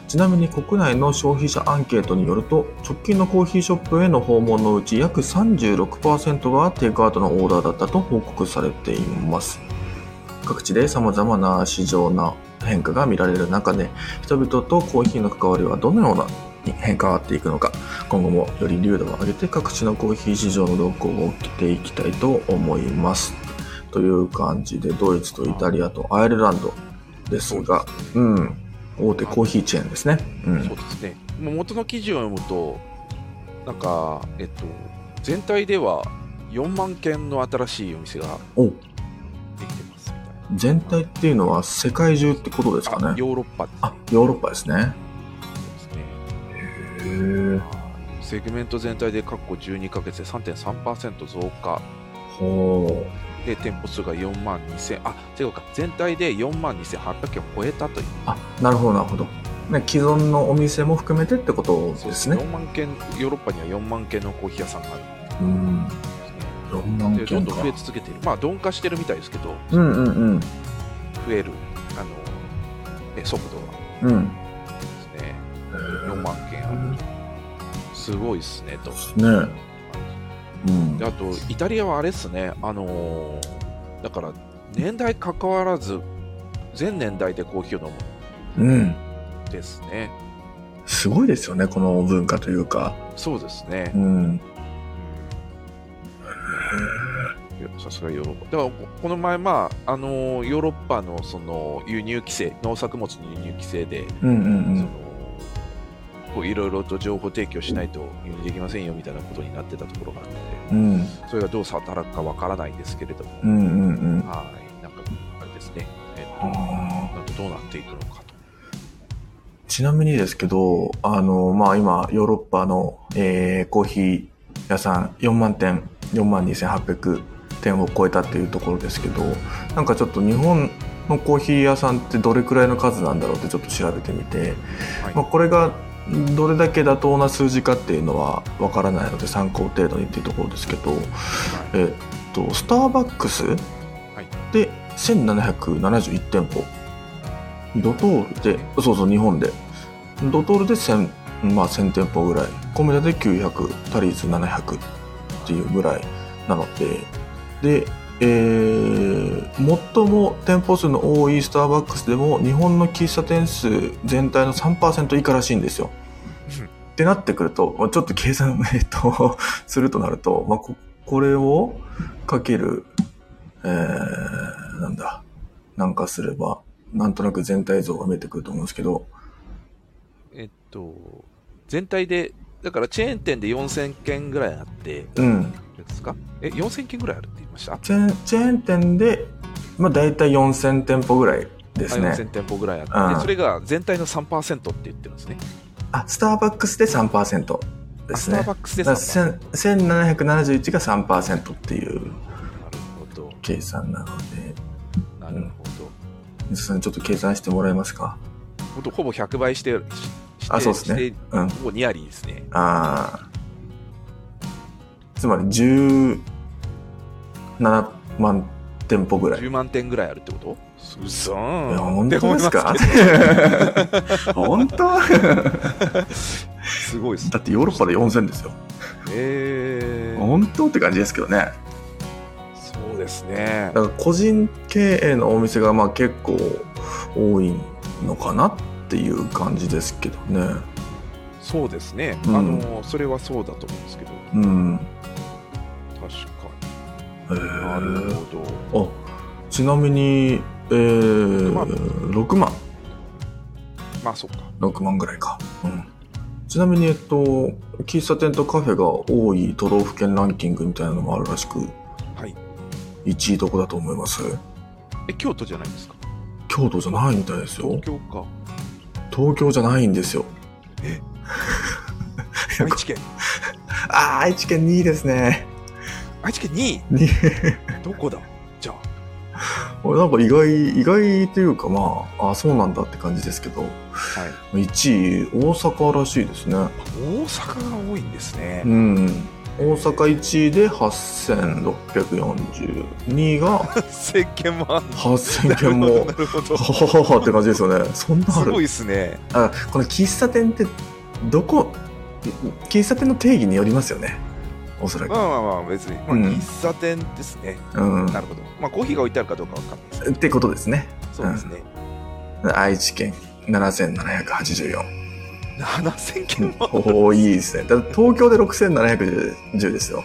Speaker 2: ちなみに国内の消費者アンケートによると、直近のコーヒーショップへの訪問のうち約36%がテイクアウトのオーダーだったと報告されています。各地で様々な市場な変化が見られる中で人々とコーヒーの関わりはどのようなに変化があっていくのか今後もより流度を上げて各地のコーヒー市場の動向を追っていきたいと思いますという感じでドイツとイタリアとアイルランドですがうん大手コーヒーチェーンですねう
Speaker 1: そ
Speaker 2: ん
Speaker 1: うですねもう元の記事を読むとなんかえっと全体では4万件の新しいお店が
Speaker 2: お
Speaker 1: できてますみたいな
Speaker 2: 全体っていうのは世界中ってことですか
Speaker 1: あ
Speaker 2: ね
Speaker 1: ヨーロッパで
Speaker 2: あヨーロッパですね
Speaker 1: すね
Speaker 2: へえ
Speaker 1: セグメント全体で過去12ヶ月で3.3%増加
Speaker 2: ほう
Speaker 1: で店舗数が4万2000あ違うか全体で4万2800件を超えたという
Speaker 2: あなるほどなるほど、ね、既存のお店も含めてってことですね
Speaker 1: 4万件ヨーロッパには4万件のコーヒー屋さんがある
Speaker 2: うん4万
Speaker 1: でどん
Speaker 2: 件
Speaker 1: どん
Speaker 2: か
Speaker 1: 増え続けているまあ鈍化してるみたいですけど
Speaker 2: うんうんうん
Speaker 1: 増えるあの、ね、速度は
Speaker 2: うん
Speaker 1: ですね4万件あるすごいですねと
Speaker 2: ねうん
Speaker 1: であとイタリアはあれですねあのーだから年代関わらず全年代でコーヒーを飲む
Speaker 2: うん
Speaker 1: んですね
Speaker 2: すごいですよねこの文化というか
Speaker 1: そうですね
Speaker 2: う、ん
Speaker 1: うんさすがヨーロッパだからここの前、まああのーヨーロッパのその輸入規制農作物の輸入規制で、
Speaker 2: うんうん
Speaker 1: そのこういろいろと情報提供しないと輸入できませんよみたいなことになってたところがあって
Speaker 2: うんうん
Speaker 1: それがどう働くかわからないんですけれども、
Speaker 2: うんうんうん
Speaker 1: はいなんかあれですね、えっと
Speaker 2: あー
Speaker 1: なんかどうなっていくのかと。
Speaker 2: ちなみにですけどあのまあ今ヨーロッパの、えーコーヒー屋さん4万点4万2800点を超えたっていうところですけどなんかちょっと日本のコーヒー屋さんってどれくらいの数なんだろうってちょっと調べてみて
Speaker 1: はい
Speaker 2: まあ、これがどれだけ妥当な数字かっていうのはわからないので参考程度にっていうところですけど、えっと、スターバックス
Speaker 1: はい
Speaker 2: で1771店舗ドトールでそうそう日本でドトールで 1000,、まあ、1000店舗ぐらいコメダで900タリーズ700っていうぐらいなのでで、えー最も店舗数の多いスターバックスでも日本の喫茶店数全体の3%以下らしいんですよ。
Speaker 1: うん
Speaker 2: ってなってくると、まあちょっと計算、えっと、 するとなると、まあ、ここれをかける、えー、なんだ、なんかすれば、なんとなく全体像が見えてくると思うんですけど、
Speaker 1: えっと、全体で、だからチェーン店で4000件ぐらいあって、
Speaker 2: うん、
Speaker 1: ですかえ、4000件ぐらいあるって言いました
Speaker 2: チェーンチェーン店で、まあ、大体4000店舗ぐらいです
Speaker 1: あ
Speaker 2: ね
Speaker 1: 4000。店舗ぐらいあって、
Speaker 2: うん
Speaker 1: それが全体の3%って言ってるんですね。
Speaker 2: あ、スターバックスで3%で
Speaker 1: あ
Speaker 2: す
Speaker 1: スタ
Speaker 2: ね
Speaker 1: ー。バックスで
Speaker 2: だから
Speaker 1: 3%。
Speaker 2: 1000 1771が3%っていう
Speaker 1: なるほど、
Speaker 2: 計算なので、
Speaker 1: なるほど。
Speaker 2: 水さんちょっと計算してもらえますか
Speaker 1: ほんとほぼ100倍して、しして
Speaker 2: あそうですね
Speaker 1: して
Speaker 2: うん。
Speaker 1: ほぼニアリーですね。
Speaker 2: あーつまり17万店舗ぐらい。い
Speaker 1: 10万点ぐらいあるってことうそ
Speaker 2: や、
Speaker 1: ーん。
Speaker 2: 本当ですか
Speaker 1: って思いますけ
Speaker 2: 本当
Speaker 1: どすごいですね
Speaker 2: だ。ってヨーロッパで4000ですよ。
Speaker 1: えー、
Speaker 2: 本当って感じですけどね。
Speaker 1: そうですね
Speaker 2: だ。から個人経営のお店がまあ結構多いのかなっていう感じですけどね。
Speaker 1: そうですね。
Speaker 2: うん
Speaker 1: あの、それはそうだと思うんですけど、
Speaker 2: うん。
Speaker 1: 確かに。
Speaker 2: へ
Speaker 1: な
Speaker 2: ー
Speaker 1: るほど。
Speaker 2: あちなみに、えー、
Speaker 1: まあ
Speaker 2: 6万
Speaker 1: まあ、そっか。
Speaker 2: 6万ぐらいか、うん、ちなみにえっと喫茶店とカフェが多い都道府県ランキングみたいなのもあるらしく
Speaker 1: はい。
Speaker 2: 1位どこだと思います
Speaker 1: え、京都じゃないですか。
Speaker 2: 京都じゃないみたいですよ
Speaker 1: 東京か。
Speaker 2: 東京じゃないんですよ
Speaker 1: 愛知県。
Speaker 2: あー愛知県2位ですね
Speaker 1: 愛知県2位。
Speaker 2: 2位
Speaker 1: どこだじゃあ。
Speaker 2: 俺なんか意外意外というかまああそうなんだって感じですけど
Speaker 1: はい。
Speaker 2: 1位大阪らしいですね
Speaker 1: 大阪が多いんですね
Speaker 2: う。ん大阪1位で8640 2位が
Speaker 1: 1000件もある。
Speaker 2: 8000件も
Speaker 1: なるほど。
Speaker 2: は
Speaker 1: す
Speaker 2: はははって感じですよねそんなあ
Speaker 1: ごい
Speaker 2: る
Speaker 1: ですね。
Speaker 2: あこの喫茶店ってどこ喫茶店の定義によりますよねおそら
Speaker 1: ま
Speaker 2: く
Speaker 1: あまあまあ、別に。まあ、
Speaker 2: うん
Speaker 1: 喫茶店ですね。
Speaker 2: うん
Speaker 1: なるほど。まあ、コーヒーが置いてあるかどうかわかんないですけ
Speaker 2: ってことですね
Speaker 1: ど。そうですね。
Speaker 2: 愛知県7784
Speaker 1: 7000件も。
Speaker 2: 多いですねだって東京で6710ですよ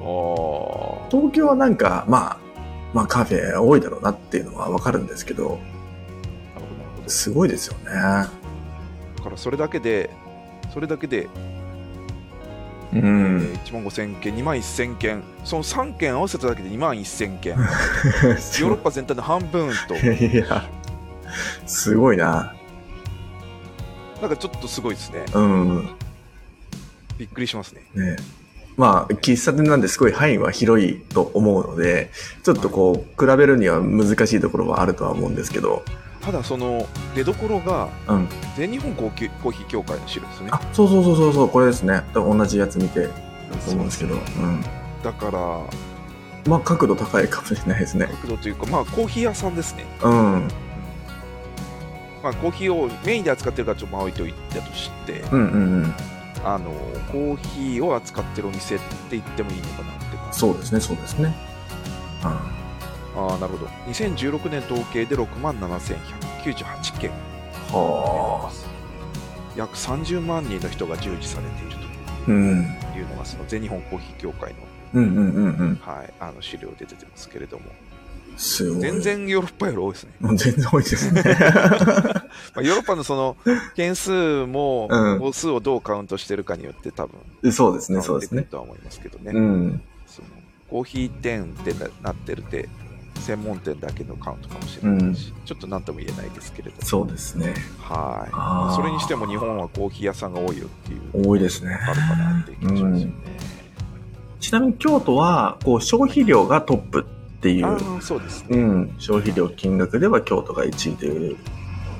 Speaker 1: あ
Speaker 2: 東京はなんかまあまあカフェ多いだろうなっていうのはわかるんですけど
Speaker 1: あ。なるほど、なるほど。
Speaker 2: すごいですよね
Speaker 1: だから、それだけで、それだけで、
Speaker 2: う
Speaker 1: え
Speaker 2: ん
Speaker 1: ー1万5000件、2万1000件、その3件合わせただけで2万1000件。
Speaker 2: ヨ
Speaker 1: ヨーロッパ全体の半分と、
Speaker 2: いや、すごいな。
Speaker 1: なんかちょっとすごいですね。
Speaker 2: うん。
Speaker 1: びっくりしますね。
Speaker 2: ねまあ、喫茶店なんですごい範囲は広いと思うので、ちょっとこう、比べるには難しいところはあるとは思うんですけど、
Speaker 1: ただ、その出どころが
Speaker 2: うん。
Speaker 1: 全日本コーヒーコーヒー協会の資料ですね。
Speaker 2: あ、そうそうそうそうそう、これですね。多分同じやつ見てだと思うんですけど、うん、
Speaker 1: だから
Speaker 2: まあ角度高いかもしれないですね
Speaker 1: 角度というかまあコーヒー屋さんですね、
Speaker 2: うん
Speaker 1: まあ、コーヒーをメインで扱ってるからちょっとまあ置いといたとして
Speaker 2: うんうんうん
Speaker 1: あのコーヒーを扱ってるお店って言ってもいいのかなって感じ
Speaker 2: そうですねそうですねあ
Speaker 1: ああなるほど2016年統計で6万7198件
Speaker 2: あはあ
Speaker 1: 約30万人の人が従事されている
Speaker 2: うん
Speaker 1: というのがその全日本コーヒー協会の,、
Speaker 2: うんうんうんうん
Speaker 1: はい、あの資料で出てますけれども
Speaker 2: すごい
Speaker 1: 全然ヨーロッパより多いですね、
Speaker 2: もう 全然多いですね
Speaker 1: まあ、ヨーロッパのそ の件数も
Speaker 2: うん
Speaker 1: 母数をどうカウントしてるかによって多分
Speaker 2: そうです
Speaker 1: 変
Speaker 2: ね
Speaker 1: わ
Speaker 2: そう
Speaker 1: って
Speaker 2: です
Speaker 1: くる
Speaker 2: ね
Speaker 1: とは思いますけどね
Speaker 2: うん
Speaker 1: そのコーヒー店ってななってるって専門店だけのカウントかもしれないし、ちょっと何とも言えないですけれど
Speaker 2: そうですね
Speaker 1: は
Speaker 2: あ
Speaker 1: い
Speaker 2: あ
Speaker 1: それにしても日本はコーヒー屋さんが多いよっていう
Speaker 2: 多いですね
Speaker 1: あるかなっていう気がしますよね、
Speaker 2: ちなみに京都はこう消費量がトップっていう
Speaker 1: ああそうですね、
Speaker 2: うん、消費量金額では京都が1位という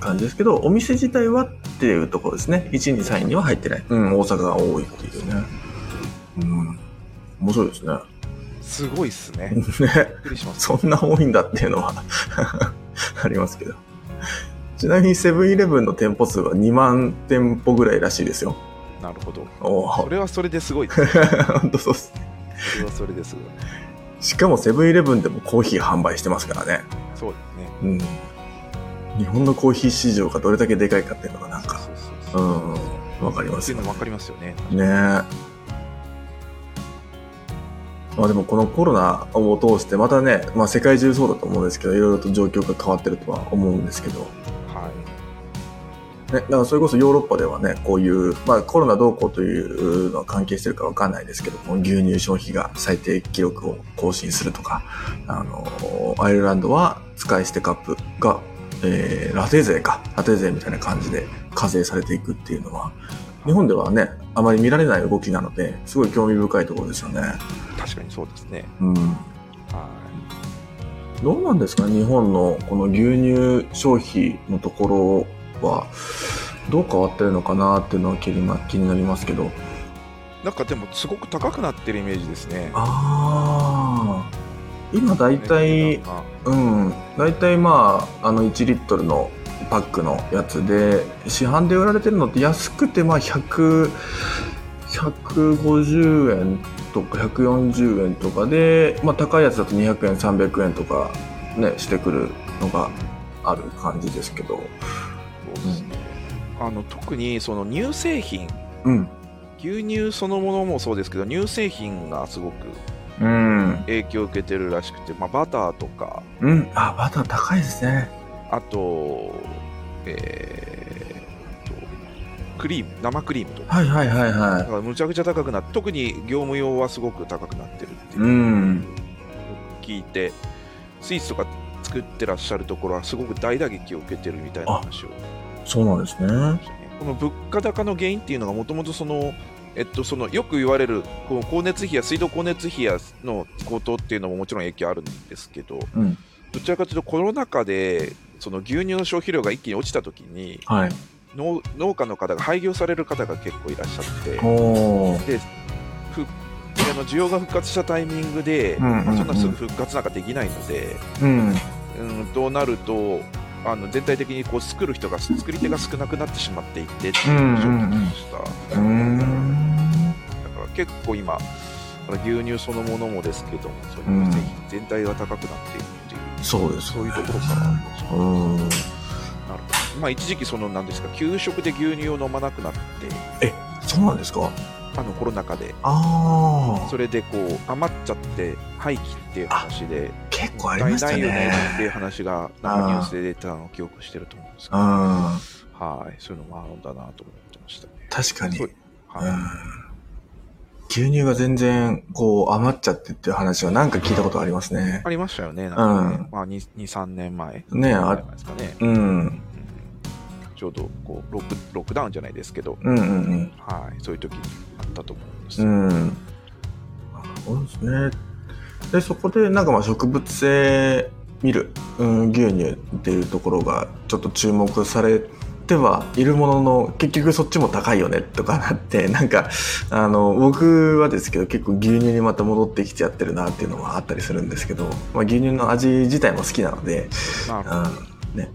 Speaker 2: 感じですけどお店自体はっていうところですね1位に3位には入ってない、うん、大阪が多いっていうねうん面白いですね
Speaker 1: すごいっすねびっ
Speaker 2: ね
Speaker 1: くりします
Speaker 2: そんな多いんだっていうのは ありますけどちなみにセブンイレブンの店舗数は2万店舗ぐらいらしいですよ
Speaker 1: なるほど
Speaker 2: お
Speaker 1: そ
Speaker 2: お
Speaker 1: れはそれですごいです
Speaker 2: 本当そうっす
Speaker 1: それはそれですごい
Speaker 2: しかもセブンイレブンでもコーヒー販売してますからね
Speaker 1: そうですね
Speaker 2: うん日本のコーヒー市場がどれだけでかいかっていうのがなんか
Speaker 1: そうそう
Speaker 2: う
Speaker 1: そうそ
Speaker 2: ん、わかりま
Speaker 1: って
Speaker 2: す
Speaker 1: いう
Speaker 2: ね
Speaker 1: の分かりますよね
Speaker 2: え。まあでもこのコロナを通してまたね、まあ、世界中そうだと思うんですけどいろいろと状況が変わってるとは思うんですけど、ね、
Speaker 1: はい
Speaker 2: だからそれこそヨーロッパではねこういう、まあ、コロナどうこうというのは関係してるかわかんないですけどこの牛乳消費が最低記録を更新するとかあのアイルランドは使い捨てカップが、えーラテ税かラテ税みたいな感じで課税されていくっていうのは日本ではねあまり見られない動きなのですごい興味深いところですよね
Speaker 1: 確かにそうですね
Speaker 2: うん
Speaker 1: は
Speaker 2: どうなんですか日本のこの牛乳消費のところはどう変わってるのかなっていうのは気にな気になりますけど
Speaker 1: いなんかでもすごく高くなってるイメージですね
Speaker 2: ああ今大体
Speaker 1: 値段が
Speaker 2: うん大体まああの1リットルのパックのやつで市販で売られてるのって安くてまあ100 150円とか140円とかで、まあ、高いやつだと200円300円とかねしてくるのがある感じですけど
Speaker 1: そうですねあの特にその乳製品
Speaker 2: うん
Speaker 1: 牛乳そのものもそうですけど乳製品がすごく
Speaker 2: うん
Speaker 1: 影響を受けてるらしくて、まあ、バターとか
Speaker 2: うんあバター高いですね
Speaker 1: あとえー、とクリーム生クリームとか
Speaker 2: はいはいはい
Speaker 1: だ
Speaker 2: は
Speaker 1: からむちゃくちゃ高くなって特に業務用はすごく高くなってるって
Speaker 2: い
Speaker 1: いうう、
Speaker 2: ん
Speaker 1: 聞いてスイーツとか作ってらっしゃるところはすごく大打撃を受けてるみたいな話を
Speaker 2: そうなんですね
Speaker 1: この物価高の原因っていうのがもともとその、えっと、そのよく言われるこう光熱費や水道光熱費やの高騰っていうのももちろん影響あるんですけど
Speaker 2: うん
Speaker 1: どちらかというとコロナ禍でその牛乳の消費量が一気に落ちた時に
Speaker 2: はい
Speaker 1: 農農家の方が廃業される方が結構いらっしゃって
Speaker 2: おー
Speaker 1: であの需要が復活したタイミングで、
Speaker 2: うんうんうん
Speaker 1: まあそんなすぐ復活なんかできないので、
Speaker 2: うん
Speaker 1: うん、となるとあの全体的にこう作る人が作り手が少なくなってしまっていてっていう状況でした。
Speaker 2: うーん
Speaker 1: だから結構今、だから牛乳そのものもですけども、そういう製品全体が高くなっているっていう、
Speaker 2: そうです
Speaker 1: そういうところから、
Speaker 2: うーん
Speaker 1: なるほどまあ、一時期、そのなんですか、給食で牛乳を飲まなくなって、
Speaker 2: そうなんですか
Speaker 1: あのコロナ禍で、
Speaker 2: ああ
Speaker 1: それでこう余っちゃって、廃棄っていう話で、
Speaker 2: 結構
Speaker 1: も
Speaker 2: あ
Speaker 1: っ
Speaker 2: り
Speaker 1: たい
Speaker 2: ました
Speaker 1: ないよねっていう
Speaker 2: ね
Speaker 1: 話が、なんかニュースで出たのを記憶してると思うんですけ
Speaker 2: う
Speaker 1: ど、
Speaker 2: ん
Speaker 1: はい、そういうのもあるんだなと思ってましたね。
Speaker 2: 確かに
Speaker 1: そう
Speaker 2: う
Speaker 1: はい
Speaker 2: ん牛乳が全然こう余っちゃってっていう話はなんか聞いたことありますね
Speaker 1: ありましたよね、なんかね、まあ、2、3年前
Speaker 2: ねえ
Speaker 1: ぐらい
Speaker 2: あ
Speaker 1: なんですかね。
Speaker 2: うん
Speaker 1: ちょうどこうロックロックダウンじゃないですけど、
Speaker 2: うんうん
Speaker 1: はい、そういう時にあったと思うんです
Speaker 2: う
Speaker 1: よ、
Speaker 2: んうんそうですねでそこでなんかまあ植物性ミル、うん、牛乳っていうところがちょっと注目されてってはいるものの結局そっちも高いよねとかなってなんかあの僕はですけど結構牛乳にまた戻ってきちゃってるなっていうのはあったりするんですけど、まあ、牛乳の味自体も好きなので、
Speaker 1: まあ、
Speaker 2: うん、ね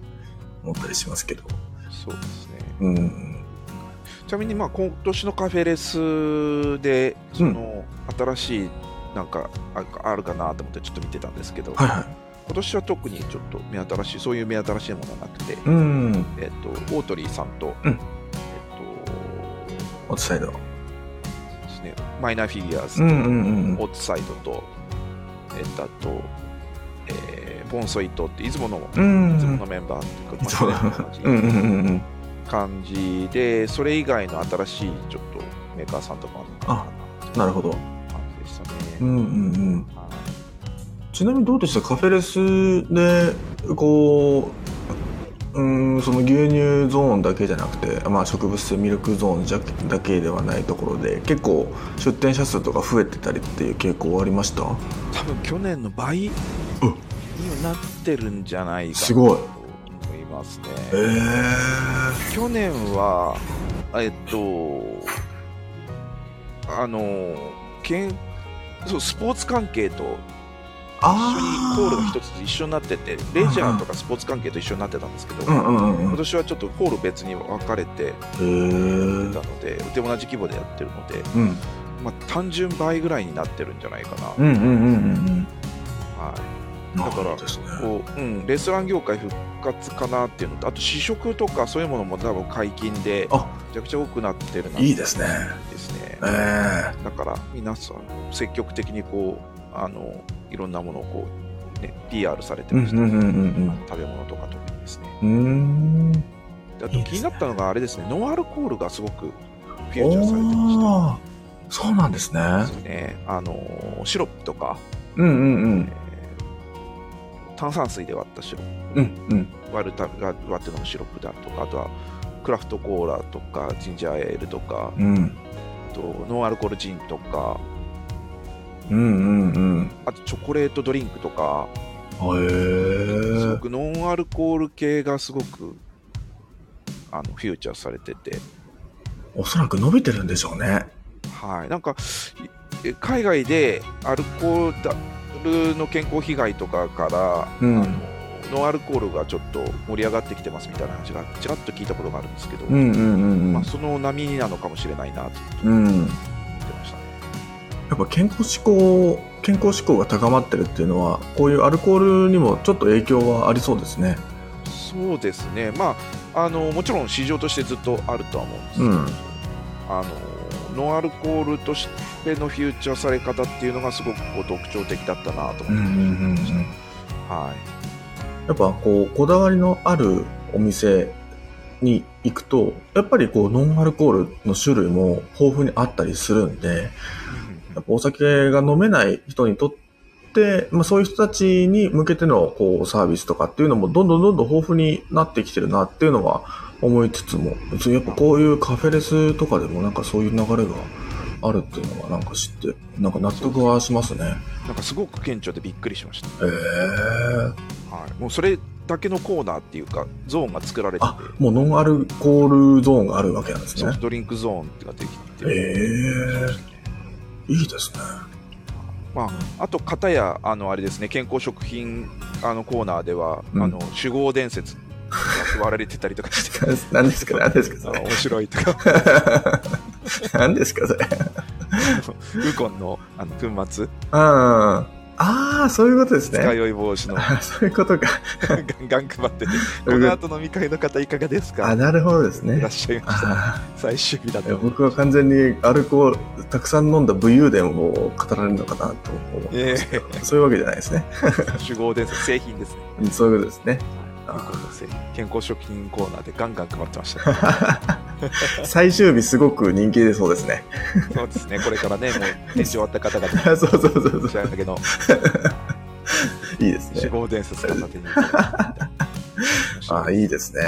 Speaker 2: 思ったりしますけど
Speaker 1: そうですね。
Speaker 2: うん
Speaker 1: ちなみに、まあ、今年のカフェレスで、その、新しい、なんか、ああるかなと思ってちょっと見てたんですけど、
Speaker 2: はいはい
Speaker 1: 今年は特にちょっと目新しい、そういう目新しいものはなくて、
Speaker 2: うん
Speaker 1: えっ、と、オートリーさんと、
Speaker 2: うん
Speaker 1: えっ、
Speaker 2: オートサイド
Speaker 1: と、ですね、マイナーフィギュアーズ
Speaker 2: う
Speaker 1: と、
Speaker 2: んうんうん
Speaker 1: オーツサイドと、えっ、と、あと、えー、ボンソイトって、いつもの、
Speaker 2: う
Speaker 1: いつも
Speaker 2: ん
Speaker 1: のメンバーっていうか、
Speaker 2: いつもの
Speaker 1: まあそれと同じ
Speaker 2: うんうんうんうん
Speaker 1: 感じで、それ以外の新しいちょっとメーカーさんとかもあるのかな
Speaker 2: なるほ
Speaker 1: っ
Speaker 2: ど
Speaker 1: て感じでした
Speaker 2: う
Speaker 1: ね。
Speaker 2: んうんうん
Speaker 1: はい
Speaker 2: ちなみにどうでしたカフェレスでこううーんその牛乳ゾーンだけじゃなくて、まあ、植物性ミルクゾーンじゃだけではないところで結構出店者数とか増えてたりっていう傾向はありました
Speaker 1: 多分去年の倍になってるんじゃないか
Speaker 2: す
Speaker 1: な
Speaker 2: ごい
Speaker 1: と思いますね。
Speaker 2: ええ
Speaker 1: 去年は、えっと、あの、けんそうスポーツ関係と一緒にホールが一つ一緒になってて、レジャーとかスポーツ関係と一緒になってたんですけど、
Speaker 2: うんう
Speaker 1: 今
Speaker 2: んうんうんへ
Speaker 1: 年はちょっとホール別に分かれて
Speaker 2: えうん
Speaker 1: たので、で同じ規模でやってるので、
Speaker 2: うん
Speaker 1: まあ、単純倍ぐらいになってるんじゃないかな。
Speaker 2: うんうんうん
Speaker 1: はい
Speaker 2: うん
Speaker 1: だから
Speaker 2: そうですね
Speaker 1: こううん、レストラン業界復活かなっていうのとあと試食とかそういうものも多分解禁でめ
Speaker 2: あ
Speaker 1: ちゃくちゃ多くなってるなって
Speaker 2: いいですね
Speaker 1: ですね
Speaker 2: ええ
Speaker 1: だから皆さん積極的にこうあのいろんなものをこう、ね、PR されて
Speaker 2: うん
Speaker 1: ま
Speaker 2: う
Speaker 1: した、
Speaker 2: んうんうん
Speaker 1: 食べ物とか特にですね
Speaker 2: うんうーん
Speaker 1: であ
Speaker 2: い
Speaker 1: と
Speaker 2: いで
Speaker 1: 気
Speaker 2: すね
Speaker 1: になったのがあれですねノンアルコールがすごくフューチャーされてま
Speaker 2: おーそうなんですね
Speaker 1: したですねあのシロップとか、
Speaker 2: うんうんう
Speaker 1: え
Speaker 2: ん
Speaker 1: ー炭酸水で割ったシロップ
Speaker 2: うんうん
Speaker 1: 割るた割って飲むシロップだとかあとはクラフトコーラとかジンジャーエールとか
Speaker 2: うん
Speaker 1: あとノンアルコールジンとか
Speaker 2: うんうん
Speaker 1: あとチョコレートドリンクとか
Speaker 2: うん。へ
Speaker 1: すご
Speaker 2: え。
Speaker 1: くノンアルコール系がすごくあのフューチャーされてて、
Speaker 2: おそらく伸びてるんでしょうね。
Speaker 1: はい、なんかい海外でアルコールの健康被害とかから、
Speaker 2: うん
Speaker 1: あのノンアルコールがちょっと盛り上がってきてますみたいな話がちらっと聞いたことがあるんですけど、
Speaker 2: うんうんうんう
Speaker 1: まあ、
Speaker 2: ん。
Speaker 1: その波なのかもしれないなと
Speaker 2: うん。や
Speaker 1: 思ってましたね。
Speaker 2: っぱ健康志向、健康志向が高まってるっていうのは、こういうアルコールにもちょっと影響はありそうですね。
Speaker 1: そうですね、まあ、あのもちろん市場としてずっとあるとは思うんですけ
Speaker 2: う
Speaker 1: ど、
Speaker 2: ん。
Speaker 1: あのノンアルコールとしてのフューチャーされ方っていうのがすごくこう特徴的だったなと思って、はい
Speaker 2: やっぱこう、こだわりのあるお店に行くと、やっぱりこう、ノンアルコールの種類も豊富にあったりするんで、やっぱお酒が飲めない人にとって、まあ、そういう人たちに向けてのこうサービスとかっていうのもどんどんどんどん豊富になってきてるなっていうのは思いつつも、そうやっぱこういうカフェレスとかでもなんかそういう流れがあるっていうのはなんか知って、なんか納得はしますね。
Speaker 1: なんかすごく顕著でびっくりしまし
Speaker 2: へえ。
Speaker 1: た、はい、もうそれだけのコーナーっていうかゾーンが作られてて
Speaker 2: あ、もうノンアルコールゾーンがあるわけなんです
Speaker 1: ソフ
Speaker 2: ね
Speaker 1: ト。ドリンクゾーンっていうのができて
Speaker 2: へえ。いいですね。
Speaker 1: まあ、あと、片やあのあれですね健康食品あのコーナーでは、
Speaker 2: うん
Speaker 1: あの酒豪伝説が配られてたりとかして
Speaker 2: 何ですか何ですか
Speaker 1: あ
Speaker 2: そ
Speaker 1: の
Speaker 2: れ。
Speaker 1: 面白いとか
Speaker 2: 何ですかそれ。
Speaker 1: ウコンのあの粉末、
Speaker 2: ああ、ああ、そういうことですね。
Speaker 1: 使い酔い防 止の
Speaker 2: あそういうことか。
Speaker 1: ガンガン配ってて、この後飲み会の方いかがです
Speaker 2: あ、
Speaker 1: か
Speaker 2: なるほどです
Speaker 1: い
Speaker 2: ね
Speaker 1: らっ。しゃいました。
Speaker 2: あ
Speaker 1: 最終日だ
Speaker 2: ー
Speaker 1: と。
Speaker 2: 僕は完全にアルコール、たくさん飲んだ武勇伝を語られるのかなと思う。
Speaker 1: え
Speaker 2: そういうわけじゃないですね。
Speaker 1: え、集合です。製品ですね。
Speaker 2: そういうことですね。
Speaker 1: ウコンの製品健康食品コーナーでガンガン配ってま した、ね。
Speaker 2: 最終日すごく人気でそうですね。
Speaker 1: そうですね。これからね、もう年始終わった方々
Speaker 2: そうそうそう
Speaker 1: こち
Speaker 2: そ
Speaker 1: ら
Speaker 2: う。
Speaker 1: だけの
Speaker 2: いいです
Speaker 1: 集
Speaker 2: ね。
Speaker 1: 合伝説片手に。
Speaker 2: あーいいですね。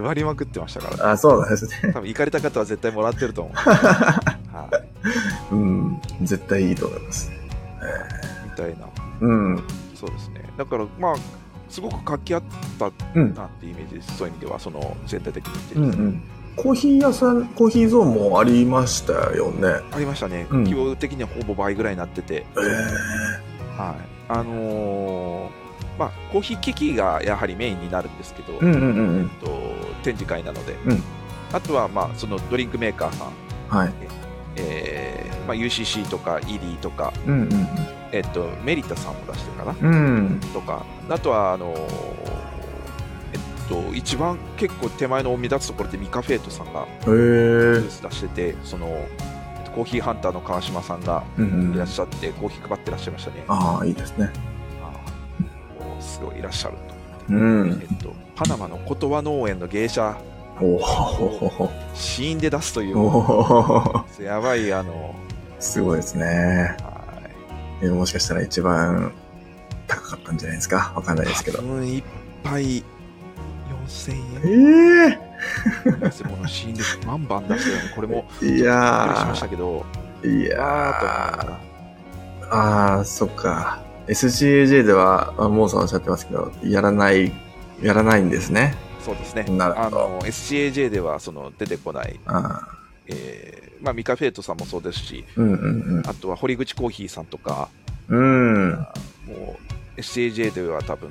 Speaker 1: 配りまくってましたから、
Speaker 2: あそうなんですね。
Speaker 1: 多分行かれた方は絶対もらってる と思う。は
Speaker 2: うん。絶対いいと思います。
Speaker 1: い、みたいな。
Speaker 2: うん。
Speaker 1: そうですね。だから、まあ、すごく活気あった
Speaker 2: うん
Speaker 1: なってイメージです、そういう意味ではその全体的に見て、
Speaker 2: うんうんコーヒー屋さんコーヒーゾーンもありましたよね
Speaker 1: ありましたね、
Speaker 2: うん
Speaker 1: 規模的にはほぼ倍ぐらいになってて、
Speaker 2: え
Speaker 1: はいあのーまあ、コーヒー機器がやはりメインになるんですけど、
Speaker 2: えうんうんうんう
Speaker 1: えっ
Speaker 2: ん
Speaker 1: と、展示会なので、
Speaker 2: うん
Speaker 1: あとは、まあ、そのドリンクメーカーさん、
Speaker 2: はい
Speaker 1: えーまあ、UCC とか ED とか、
Speaker 2: うん
Speaker 1: えっと、メリタさんも出してるかな
Speaker 2: うんうん
Speaker 1: とかあとはあのーえっと、一番結構手前の目立つところでミカフェイトさんが
Speaker 2: へえ
Speaker 1: ブース出しててそのえっとコーヒーハンターの川島さんが
Speaker 2: うん
Speaker 1: いうらっ
Speaker 2: ん
Speaker 1: しゃってコーヒー配ってらっしゃいましたね。
Speaker 2: ああいいですね
Speaker 1: あーもうすごいいらっしゃると
Speaker 2: う
Speaker 1: 思っ
Speaker 2: ん
Speaker 1: て、えっと、パナマの言葉農園の芸者
Speaker 2: おお
Speaker 1: 死因で出すとい
Speaker 2: お
Speaker 1: う
Speaker 2: お
Speaker 1: やばいあの
Speaker 2: すごいですね
Speaker 1: は
Speaker 2: えもしかしたら一番高かったんじゃないですかわかんない
Speaker 1: い
Speaker 2: ですけど
Speaker 1: 多分一杯4000円
Speaker 2: ええ
Speaker 1: 安いものシーンで万番出してたのでこれも
Speaker 2: い
Speaker 1: びっくりし
Speaker 2: や
Speaker 1: ましたけど、
Speaker 2: ーい
Speaker 1: あ
Speaker 2: や
Speaker 1: ーと思っ
Speaker 2: ーあーそっか SCAJ ではあモーさんおっしゃってますけどやらないやらないんですね
Speaker 1: たそうですね、
Speaker 2: なる
Speaker 1: あ
Speaker 2: ほど
Speaker 1: の SCAJ ではその出てこない、
Speaker 2: あ
Speaker 1: えーまあ、ミカ・フェイトさんもそうですし、
Speaker 2: ーうんうん
Speaker 1: あとは堀口コーヒーさんとか、
Speaker 2: うんうん
Speaker 1: もう SCAJ では多分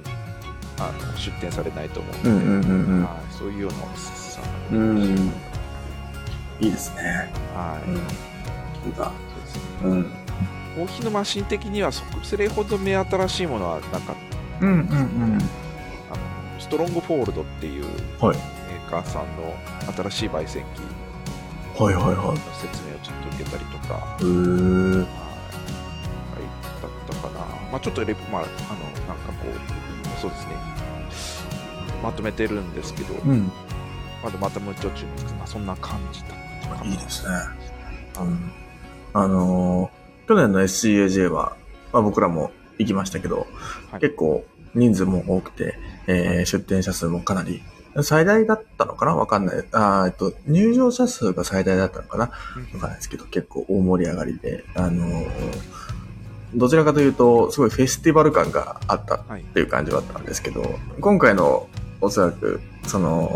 Speaker 1: あの出店されないと思うの
Speaker 2: う
Speaker 1: で、
Speaker 2: んうんうん
Speaker 1: はいそういうようなお店さん
Speaker 2: うんうんいいですね
Speaker 1: は
Speaker 2: う
Speaker 1: い
Speaker 2: んそうだ
Speaker 1: そうですね
Speaker 2: うんうん
Speaker 1: コーヒーのマシン的にはそそれほど目新しいものはなかっ
Speaker 2: うんうん
Speaker 1: たあのストロングフォールドっていう
Speaker 2: はい
Speaker 1: メーカーさんの新しい焙煎機
Speaker 2: はいはいはい
Speaker 1: の説明をちょっと受けたりとか、はい、
Speaker 2: へー
Speaker 1: だったかな、まあ、ちょっとレポ、まあ、あのなんかこう、そうですね、まとめてるんですけど、
Speaker 2: うん
Speaker 1: まだまた無調中ですけど、まあ、そんな感じだったか
Speaker 2: いいですね。うん。あのー去年の SCAJ は、まあ、僕らも行きましたけど、
Speaker 1: はい
Speaker 2: 結構人数も多くて、えー出店者数もかなり、最大だったのかなわかんない。あーえっと、入場者数が最大だったのかなわかんないですけど、結構大盛り上がりで、あのーどちらかというと、すごいフェスティバル感があった
Speaker 1: はい
Speaker 2: っていう感じはあったんですけど、今回のおそらく、その、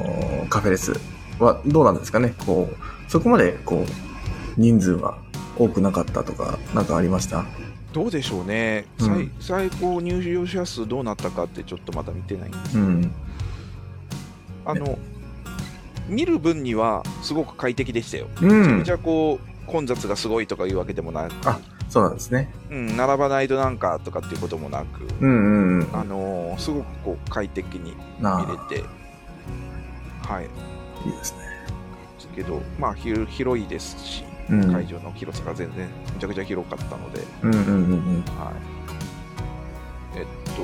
Speaker 2: カフェレスはどうなんですかねこう、そこまで、こう、人数は多くなかったとか、なんかありました
Speaker 1: どうでしょうね、
Speaker 2: うん
Speaker 1: 最最高入場者数どうなったかって、ちょっとまだ見てないんですけ
Speaker 2: う
Speaker 1: ど、
Speaker 2: ん。
Speaker 1: あの見る分にはすごく快適でしたよ。
Speaker 2: うん
Speaker 1: じ。ゃあこう混雑がすごいとかいうわけでもなく、
Speaker 2: あそうなんですね。
Speaker 1: うん、並ばないとなんかとかっていうこともなく、
Speaker 2: うんうんうん。
Speaker 1: あのーすごくこう快適に
Speaker 2: な
Speaker 1: 見
Speaker 2: あ、
Speaker 1: れて、はい、
Speaker 2: いいですね。
Speaker 1: ですけど、まあ、広広いですし、
Speaker 2: うん。
Speaker 1: 会場の広さが全然めちゃくちゃ広かったので、
Speaker 2: うんうんうんうん。
Speaker 1: はい、え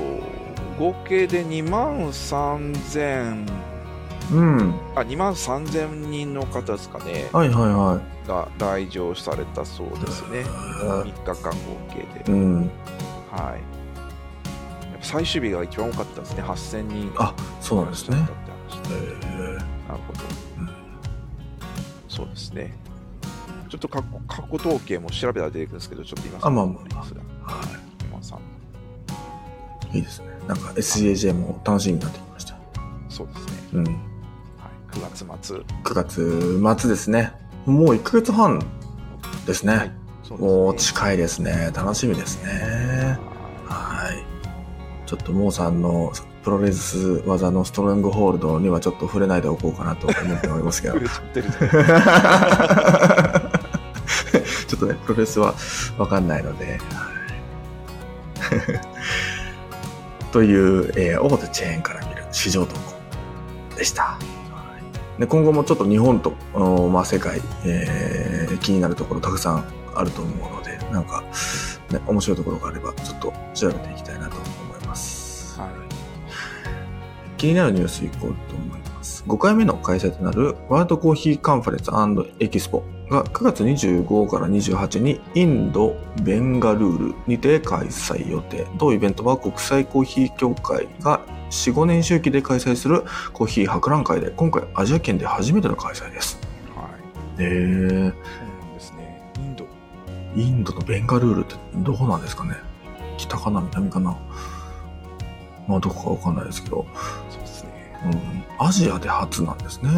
Speaker 1: っと、合計で2万3000、
Speaker 2: うん。
Speaker 1: あ、2万3000人の方ですかね、
Speaker 2: はいはいは
Speaker 1: が来場されたそうですね、3
Speaker 2: い
Speaker 1: 日間合計で。。
Speaker 2: うん。
Speaker 1: はいやっぱ最終日が一番多かったですね、8000人
Speaker 2: あ、そうなんですね。
Speaker 1: だったって話
Speaker 2: へえ
Speaker 1: なるほど、
Speaker 2: うん
Speaker 1: そうですね。ちょっと過去過去統計も調べたら出てくるんですけど、ちょっと今
Speaker 2: あまあまあ
Speaker 1: すが、
Speaker 2: は
Speaker 1: 今さん
Speaker 2: い。いいですね。なんか SJJ も楽しみになってきました。
Speaker 1: そうですね、
Speaker 2: うん。
Speaker 1: はい、9月末、
Speaker 2: 9月末ですね。もう1ヶ月半ですね。
Speaker 1: はいそうですね
Speaker 2: もう近いですね。楽しみですね。
Speaker 1: は
Speaker 2: はい。ちょっとモーさんのプロレス技のストロングホールドにはちょっと触れないでおこうかなと思っておりますけ
Speaker 1: い触。
Speaker 2: ど
Speaker 1: れちゃってる
Speaker 2: ちょっとね、プロレスはわかんないので。はい という、えー大手チェーンから見る市場動向でした。はいで今後もちょっと日本と、あのまあ、世界、えー気になるところたくさんあると思うので、なんか、ね、面白いところがあれば、ちょっと調べていきたいなと思います。
Speaker 1: はい
Speaker 2: 気になるニュースいこうと思います。5回目の開催となるワールドコーヒーカンファレンスエキスポが9月25から28にインド・ベンガルールにて開催予定。同イベントは国際コーヒー協会が4、5年周期で開催するコーヒー博覧会で、今回アジア圏で初めての開催です。
Speaker 1: はい、
Speaker 2: へー、
Speaker 1: そうなんですね、インド、
Speaker 2: インドのベンガルールってどこなんですかね北かな南かなまあ、どこかわかんないですけど、
Speaker 1: そうですね。
Speaker 2: うん、アジアで初なんですね。へ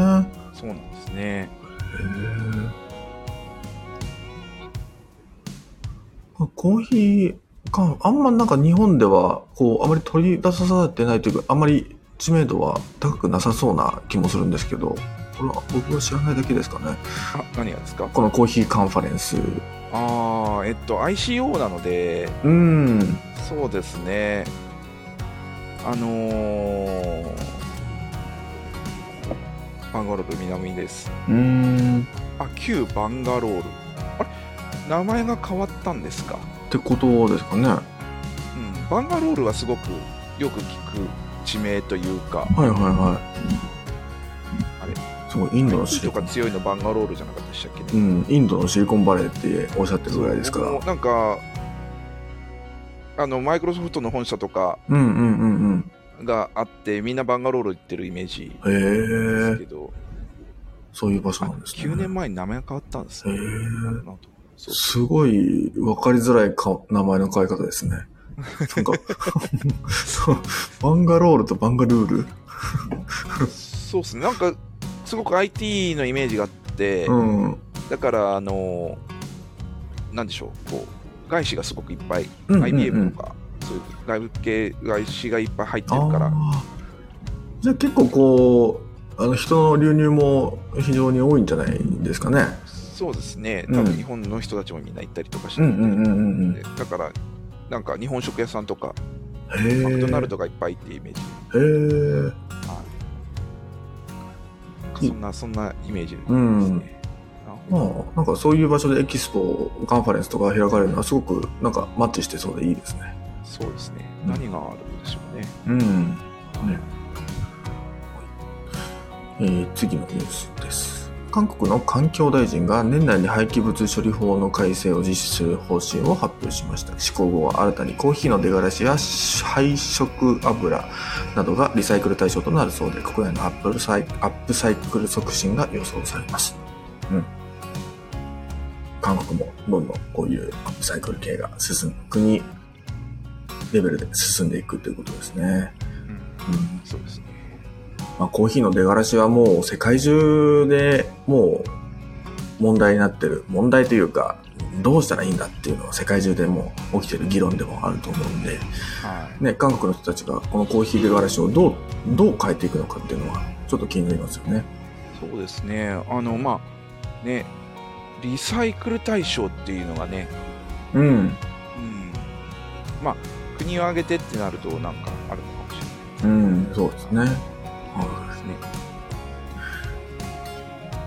Speaker 1: そうなんですね。
Speaker 2: え。まあコーヒー缶、あんまなんか日本では、こう、あまり取り出されてないというか、あんまり知名度は高くなさそうな気もするんですけど、これは僕は知らないだけですかね。
Speaker 1: あ、何がですか
Speaker 2: このコーヒーカンファレンス。
Speaker 1: ああ、えっと、ICO なので、
Speaker 2: うん。
Speaker 1: そうですね。あのー、バンガロール南です。
Speaker 2: うん。
Speaker 1: あ、旧バンガロール。あれ名前が変わったんですか
Speaker 2: ってことですかね。は
Speaker 1: うん。バンガロールはすごくよく聞く地名というか、
Speaker 2: いはいはい。
Speaker 1: あれ
Speaker 2: すごい、インドのシ
Speaker 1: IT
Speaker 2: リ
Speaker 1: とか
Speaker 2: コン。
Speaker 1: 強いのバンガロールじゃなかったでしたっけね。
Speaker 2: うん、インドのシリコンバレーっておっしゃってるぐらいですから。
Speaker 1: 僕もなんか、あの、マイクロソフトの本社とか
Speaker 2: うんうんうん
Speaker 1: があって、みんなバンガロール行ってるイメージ
Speaker 2: うん。
Speaker 1: で
Speaker 2: へ
Speaker 1: す
Speaker 2: え
Speaker 1: け、ど、
Speaker 2: そういう場所
Speaker 1: あ
Speaker 2: なんですね。
Speaker 1: 9年前に名前が変わったんですね。
Speaker 2: へー
Speaker 1: なるほどそう
Speaker 2: すごい分かりづらいか名前の変え方ですね。なんか、 そう、バンガロールとバンガルール。
Speaker 1: そうですね、なんか、すごく IT のイメージがあって、
Speaker 2: うん。
Speaker 1: だから、あの、なんでしょう、こう、外資がすごくいっぱい、
Speaker 2: うんうん
Speaker 1: IBM とか、そういう外部系、外資がいっぱい入ってるから、
Speaker 2: あーじゃあ結構こう、あの人の流入も非常に多いんじゃないですかね。
Speaker 1: そうですね、
Speaker 2: うん
Speaker 1: 多分日本の人たちもみんな行ったりとかして
Speaker 2: う
Speaker 1: る
Speaker 2: んうんうん
Speaker 1: で、
Speaker 2: んうん。へ
Speaker 1: だから、なんか日本食屋さんとか、
Speaker 2: え。
Speaker 1: マクドナルドがいっぱいっていうイメージ、
Speaker 2: へえ。
Speaker 1: はい
Speaker 2: い
Speaker 1: そんな、そんなイメージですね。
Speaker 2: うん
Speaker 1: なるほど
Speaker 2: まあ、なんかそういう場所でエキスポ、カンファレンスとか開かれるのはすごくなんかマッチしてそうでいいですね。
Speaker 1: そうですね、
Speaker 2: うん
Speaker 1: 何があるんでしょうね。
Speaker 2: うん。ね。えー次のニュースです。韓国の環境大臣が年内に廃棄物処理法の改正を実施する方針を発表しました。施行後は新たにコーヒーの出がらしや配色油などがリサイクル対象となるそうで、国内のアップルサイアップサイクル促進が予想されます。うん。韓国もどんどんこういうアップサイクル系が進む国レベルで進んでいくということですね。
Speaker 1: うん
Speaker 2: うん
Speaker 1: そうですね。
Speaker 2: まあ、コーヒーの出がらしはもう世界中でもう問題になってる問題というかどうしたらいいんだっていうのは世界中でもう起きてる議論でもあると思うんで、
Speaker 1: はい。
Speaker 2: ね、韓国の人たちがこのコーヒー出がらしをどうどう変えていくのかっていうのはちょっと気になりますよね。
Speaker 1: そうですね、あのまあね、リサイクル対象っていうのがね、
Speaker 2: うん、
Speaker 1: うん、まあ国を挙げてってなると、なんかあるのかもし
Speaker 2: うん、そうですね。
Speaker 1: れ
Speaker 2: は
Speaker 1: ないですね。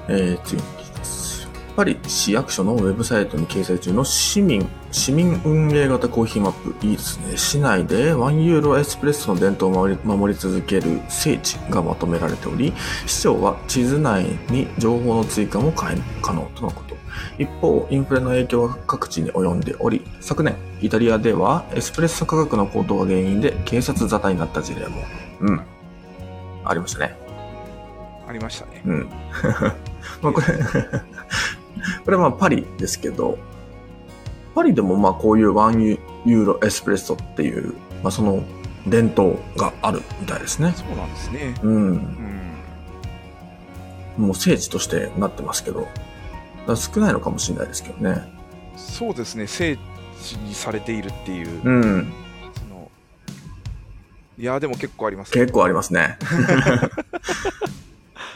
Speaker 2: えー、次の記事です。パリ市役所のウェブサイトに掲載中の市民、市民運営型コーヒーマップ。いいですね。市内で1ユーロエスプレッソの伝統を守り守り続ける聖地がまとめられており、市長は地図内に情報の追加も可可能とのこと。一方、インフレの影響は各地に及んでおり、昨年、イタリアではエスプレッソ価格の高騰が原因で警察沙汰になった事例も、うん、ありましたね。
Speaker 1: ありましたね。
Speaker 2: うん。 まあこれ、 これはまあパリですけど、パリでもまあこういうワンユーロエスプレッソっていう、まあその伝統があるみたいですね。
Speaker 1: そうなんですね。
Speaker 2: う。
Speaker 1: うんん、
Speaker 2: もう聖地としてなってますけど、だから少ないのかもしれないですけどね。
Speaker 1: そうですね、聖地にされているっていう、
Speaker 2: うん。
Speaker 1: そのいや、でも結構ありますね。
Speaker 2: 結構あります ね。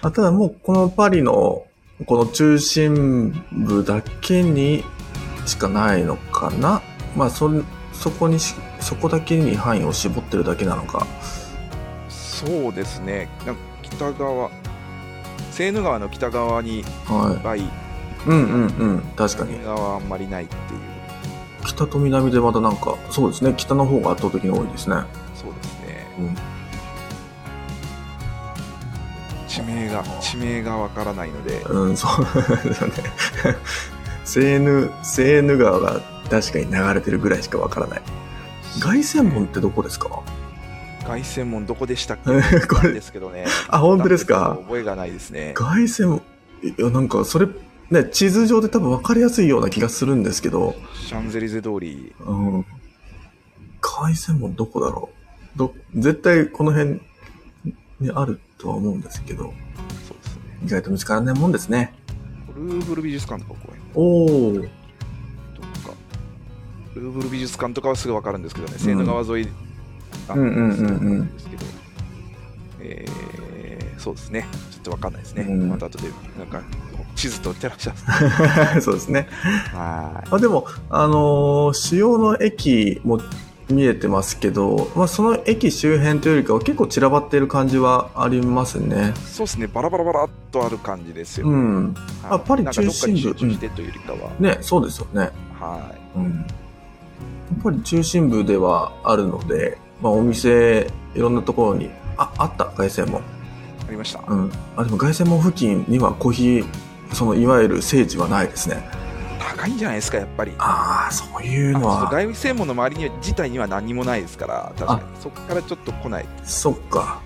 Speaker 2: あただもうこのパリのこの中心部だけにしかないのかなまあそ、そこにし、そこだけに範囲を絞ってるだけなのか。
Speaker 1: そうですね、なんか北側、セーヌ川の北側にいっ
Speaker 2: は
Speaker 1: ぱい、
Speaker 2: い。うんうんうん。確かに
Speaker 1: 南。側はあんまりないっていう、
Speaker 2: 北と南でまたなんか、そうですね。北の方が圧倒的に多いですね。
Speaker 1: そうですね。
Speaker 2: うん。
Speaker 1: 地名が地名がわからないので
Speaker 2: うん、そうなんですよね。 セーヌ、セーヌ川が確かに流れてるぐらいしかわからない。凱旋門ってどこですか
Speaker 1: 凱旋門どこでしたっけ
Speaker 2: こ
Speaker 1: なん
Speaker 2: れ
Speaker 1: で、すけどね
Speaker 2: あ、本当です
Speaker 1: なん
Speaker 2: か
Speaker 1: 覚えがないですね
Speaker 2: 凱旋門、いや、なんか、それ、ね、地図上で多分分かりやすいような気がするんですけど、
Speaker 1: シャンゼリゼ通り
Speaker 2: うん。凱旋門どこだろうど絶対この辺にあるとは思うんですけど、
Speaker 1: そうですね。
Speaker 2: 意外と見つからないもんですね。
Speaker 1: ルーブル美術館とか公園
Speaker 2: おー。
Speaker 1: とか、ルーブル美術館とかはすぐ分かるんですけどね、セーヌ川沿いあ
Speaker 2: うんうんうんうん
Speaker 1: ですけど、えー、そうですね、ちょっと分かんないですね、
Speaker 2: うん
Speaker 1: また後で、なんか、地図と照らし合わせて
Speaker 2: そうですね。
Speaker 1: は
Speaker 2: あでも、あのー、主要の駅も見えてますけど、まあ、その駅周辺というよりかは結構散らばっている感じはありますね。
Speaker 1: いそうですね、バラバラバラっとある感じですよ、
Speaker 2: うん。
Speaker 1: はい
Speaker 2: あパリ中心部
Speaker 1: なんかどっかに集中してというよりかは、
Speaker 2: ね、そうですよね。
Speaker 1: はい。
Speaker 2: うん。やっぱり中心部ではあるので、まあ、お店、いろんなところに、あ、あった、外線も。
Speaker 1: ありました。
Speaker 2: うん。あ、でも外線も付近にはコーヒー、その、いわゆる聖地はないですね。
Speaker 1: 高いんじゃないですか、やっぱり。
Speaker 2: ああ、そういう
Speaker 1: あ
Speaker 2: の
Speaker 1: そう
Speaker 2: は、
Speaker 1: 外務専門の周りには自体には何もないですから、確かにそこからちょっと来ない。
Speaker 2: そっか。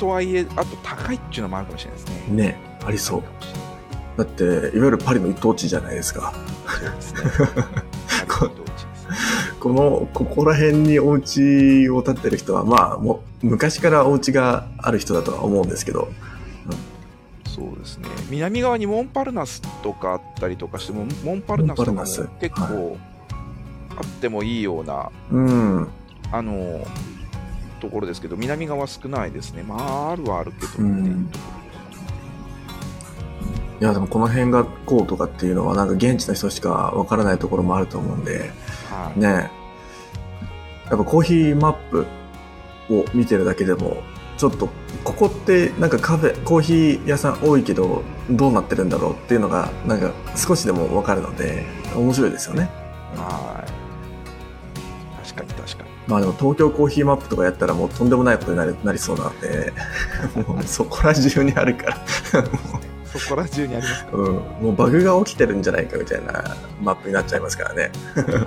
Speaker 1: とはいえ、あと高いっていうのもあるかもしれないですね。
Speaker 2: ね、ありそう。だって、いわゆるパリの一等地じゃないですか。
Speaker 1: そうです ね。
Speaker 2: ここの、ここら辺にお家を建てる人は、まあ、もう、昔からお家がある人だとは思うんですけど。
Speaker 1: そうですね。南側にモンパルナスとかあったりとかしても、モンパルナスとか
Speaker 2: モ
Speaker 1: も
Speaker 2: ンパル
Speaker 1: 結
Speaker 2: ナス
Speaker 1: 構あってもいいような、
Speaker 2: うん。
Speaker 1: あのところですけど、南側少ないですね。まあ、あるはあるけどって
Speaker 2: う
Speaker 1: い
Speaker 2: ん
Speaker 1: うとこ
Speaker 2: いや、でもこの辺がこうとかっていうのは、なんか現地の人しかわからないところもあると思うんで、
Speaker 1: ろはい。
Speaker 2: ねえやっぱコーヒーマップを見てるだけでも、ちょっと、ここってなんかカフェ、コーヒー屋さん多いけど、どうなってるんだろうっていうのが、なんか少しでもわかるので、面白いですよね。
Speaker 1: はい。確かに確かに。
Speaker 2: まあでも東京コーヒーマップとかやったらもうとんでもないことになりなりそうなんで、 もうそこら中にあるから、
Speaker 1: そこら中にありますか
Speaker 2: うん、もうバグが起きてるんじゃないかみたいなマップになっちゃいますからね。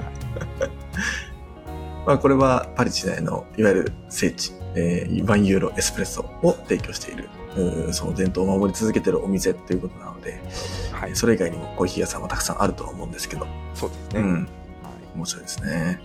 Speaker 2: まあこれはパリ市内のいわゆる聖地、えー、1ユーロエスプレッソを提供している、うんその伝統を守り続けてるお店ということなので、
Speaker 1: ら。はい。
Speaker 2: それ以外にもコーヒー屋さんはたくさんあるとは思うんですけど、
Speaker 1: そうです
Speaker 2: う
Speaker 1: ね。
Speaker 2: ん、
Speaker 1: は
Speaker 2: 面白いですね。
Speaker 1: い。はい。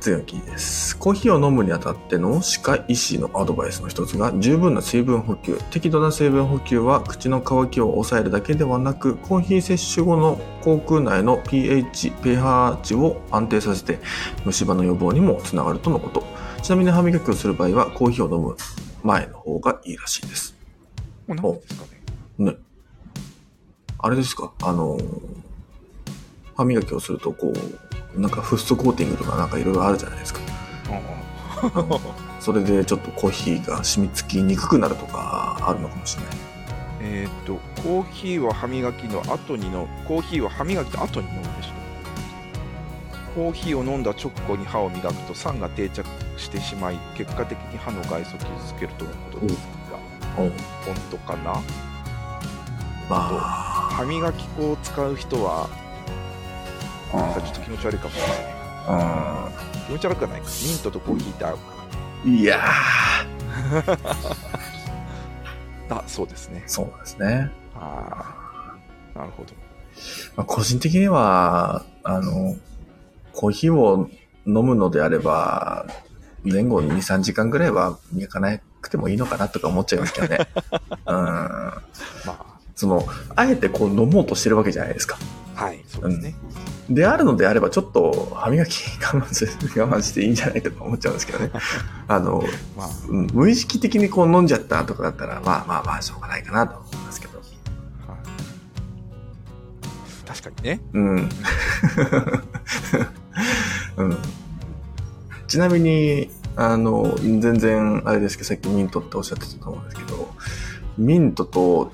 Speaker 2: 強気です。コーヒーを飲むにあたっての歯科医師のアドバイスの一つが十分な水分補給。適度な水分補給は口の渇きを抑えるだけではなく、コーヒー摂取後の口腔内の pH、pH 値を安定させて虫歯の予防にもつながるとのこと。ちなみに歯磨きをする場合はコーヒーを飲む前の方がいいらしいです。
Speaker 1: もう何分ですかね。
Speaker 2: ね。あれですかあのー歯磨きをするとこう、なんかフッ素コーティングとかなんかいろいろあるじゃないですか。
Speaker 1: うんうん
Speaker 2: それでちょっとコーヒーが染みつきにくくなるとかあるのかもしれない。
Speaker 1: えっと、コーヒーは歯磨きの後にの、コーヒーは歯磨きの後に飲むでしょう。コーヒーを飲んだ直後に歯を磨くと酸が定着してしまい、結果的に歯の外装を傷つけるとのことですが、本当かな
Speaker 2: まあ、
Speaker 1: 歯磨き粉を使う人は、なんかちょっと気持ち悪いかもしれない。気持ち悪くはないか。ミントとコーヒーって合うか
Speaker 2: いや
Speaker 1: な。だ、そうですね。
Speaker 2: そうなんですね。
Speaker 1: ああ、なるほど。
Speaker 2: まあ、個人的には、あの、コーヒーを飲むのであれば、前後に2、3時間ぐらいは磨かなくてもいいのかなとか思っちゃいますけどね。うん。
Speaker 1: ま
Speaker 2: その、あえてこう飲もうとしてるわけじゃないですか。
Speaker 1: あ、はい、そうですね。
Speaker 2: であるのであれば、ちょっと歯磨き我慢する我慢していいんじゃないかとか思っちゃうんですけどね。あの、
Speaker 1: まあ、
Speaker 2: うん、無意識的にこう飲んじゃったとかだったら、まあまあまあ、しょうがないかなと思いますけど。
Speaker 1: はい確かにね。
Speaker 2: うん。 うん、ちなみに、あの、全然あれですけど、さっきミントっておっしゃってたと思うんですけど、ミントと